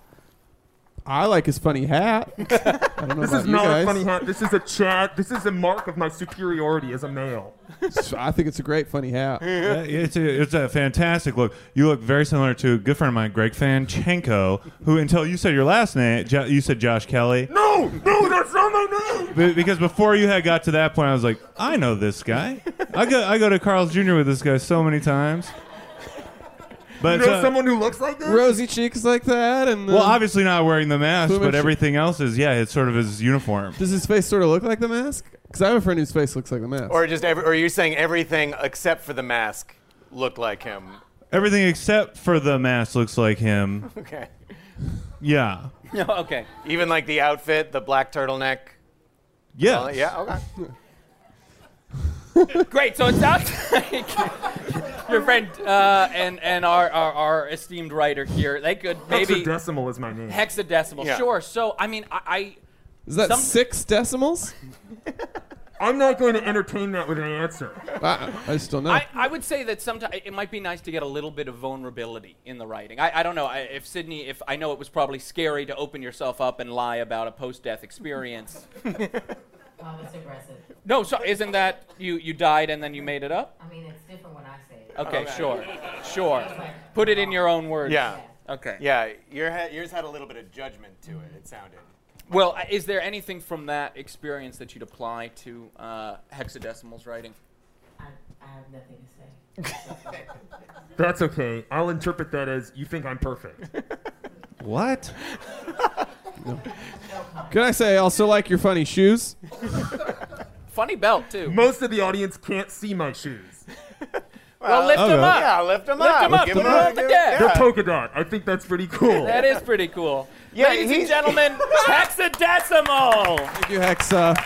S12: I like his funny hat. I don't know
S20: This
S12: about
S20: is
S12: you
S20: not
S12: guys.
S20: a funny hat. This is a chat. This is a mark of my superiority as a male.
S12: So I think it's a great funny hat.
S15: *laughs* Yeah, it's a, it's a fantastic look. You look very similar to a good friend of mine, Greg Fanchenko, who until you said your last name, jo- you said Josh Kelly.
S20: No, no, that's not my name.
S15: Be- Because before you had got to that point, I was like, I know this guy. I go I go to Carl's Jr. with this guy so many times. But
S12: You know
S15: uh,
S12: someone
S20: who looks like that?
S12: Rosy cheeks like that, and
S15: well,
S12: uh,
S15: obviously not wearing the mask,
S12: Plumage-
S15: but everything else is yeah, it's sort of his uniform.
S12: does his face sort of look like the mask? Because I have a friend whose face looks like the mask.
S10: Or just every, or you're saying everything except for the mask looked like him. *laughs*
S15: Everything except for the mask looks like him.
S10: Okay.
S15: Yeah.
S11: *laughs* okay.
S10: Even like the outfit, the black turtleneck.
S15: Yes.
S10: All that- Yeah, okay.
S11: *laughs* Great. So it sounds like *laughs* your friend uh, and and our, our our esteemed writer here. They could maybe
S20: Hexadecimal is my name.
S11: hexadecimal.
S20: Yeah.
S11: Sure. So I mean, I, I
S12: Is that
S11: some-
S12: six decimals?
S20: *laughs* I'm not going to entertain that with an answer.
S12: I, I just don't know.
S11: I, I would say that sometimes it might be nice to get a little bit of vulnerability in the writing. I, I don't know I, if Sydney, if I know it was probably scary to open yourself up and lie about a post-death experience.
S13: Wow, that's aggressive.
S11: no, so isn't that you? You died and then you made it up?
S13: I mean, it's different when I say it.
S11: Okay, sure, sure. Put it in your own words.
S10: Yeah.
S11: Okay.
S10: Yeah, your ha- yours had a little bit of judgment to it, it
S11: *laughs*
S10: sounded.
S11: Well, uh, is there anything from that experience that you'd apply to uh, hexadecimals writing?
S13: I, I have nothing to say.
S20: That's okay. I'll interpret that as you think I'm perfect.
S12: what? *laughs* Can I say I also like your funny shoes?
S11: *laughs* Funny belt too.
S20: Most of the audience can't see my shoes.
S11: Well, lift
S20: oh,
S11: them
S20: well.
S11: up.
S20: Yeah,
S10: lift 'em
S11: Lift
S10: up.
S11: them up.
S10: Give
S11: Put
S10: 'em
S11: them
S10: a-
S11: on the
S10: give-
S11: deck.
S20: They're polka dot. I think that's pretty cool.
S11: That is
S12: *laughs*
S11: pretty cool.
S10: Yeah,
S11: Ladies and
S10: he's-
S11: gentlemen, hexadecimal.
S12: Thank you, Hexa.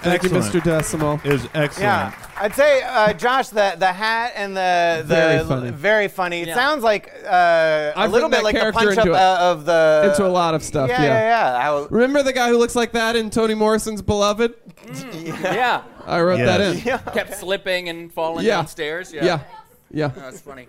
S12: Thank you,
S15: excellent.
S12: Mr. Decimal.
S15: It was excellent.
S10: Yeah, I'd say uh, Josh, the the hat and the the
S12: Very funny.
S10: very funny. It
S12: Yeah.
S10: sounds like uh, a
S12: I've written
S10: little bit
S12: that
S10: like the
S12: character
S10: punch up
S12: into it.
S10: uh, of the
S12: into a lot of stuff.
S10: Yeah,
S12: Yeah,
S10: yeah, yeah.
S12: Remember the guy who looks like that in Tony Morrison's Beloved?
S11: Yeah.
S12: I wrote that
S11: *laughs*
S12: in.
S11: Kept slipping and falling
S12: Yeah.
S11: downstairs. Yeah.
S12: Yeah. Yeah.
S11: Oh, that's funny.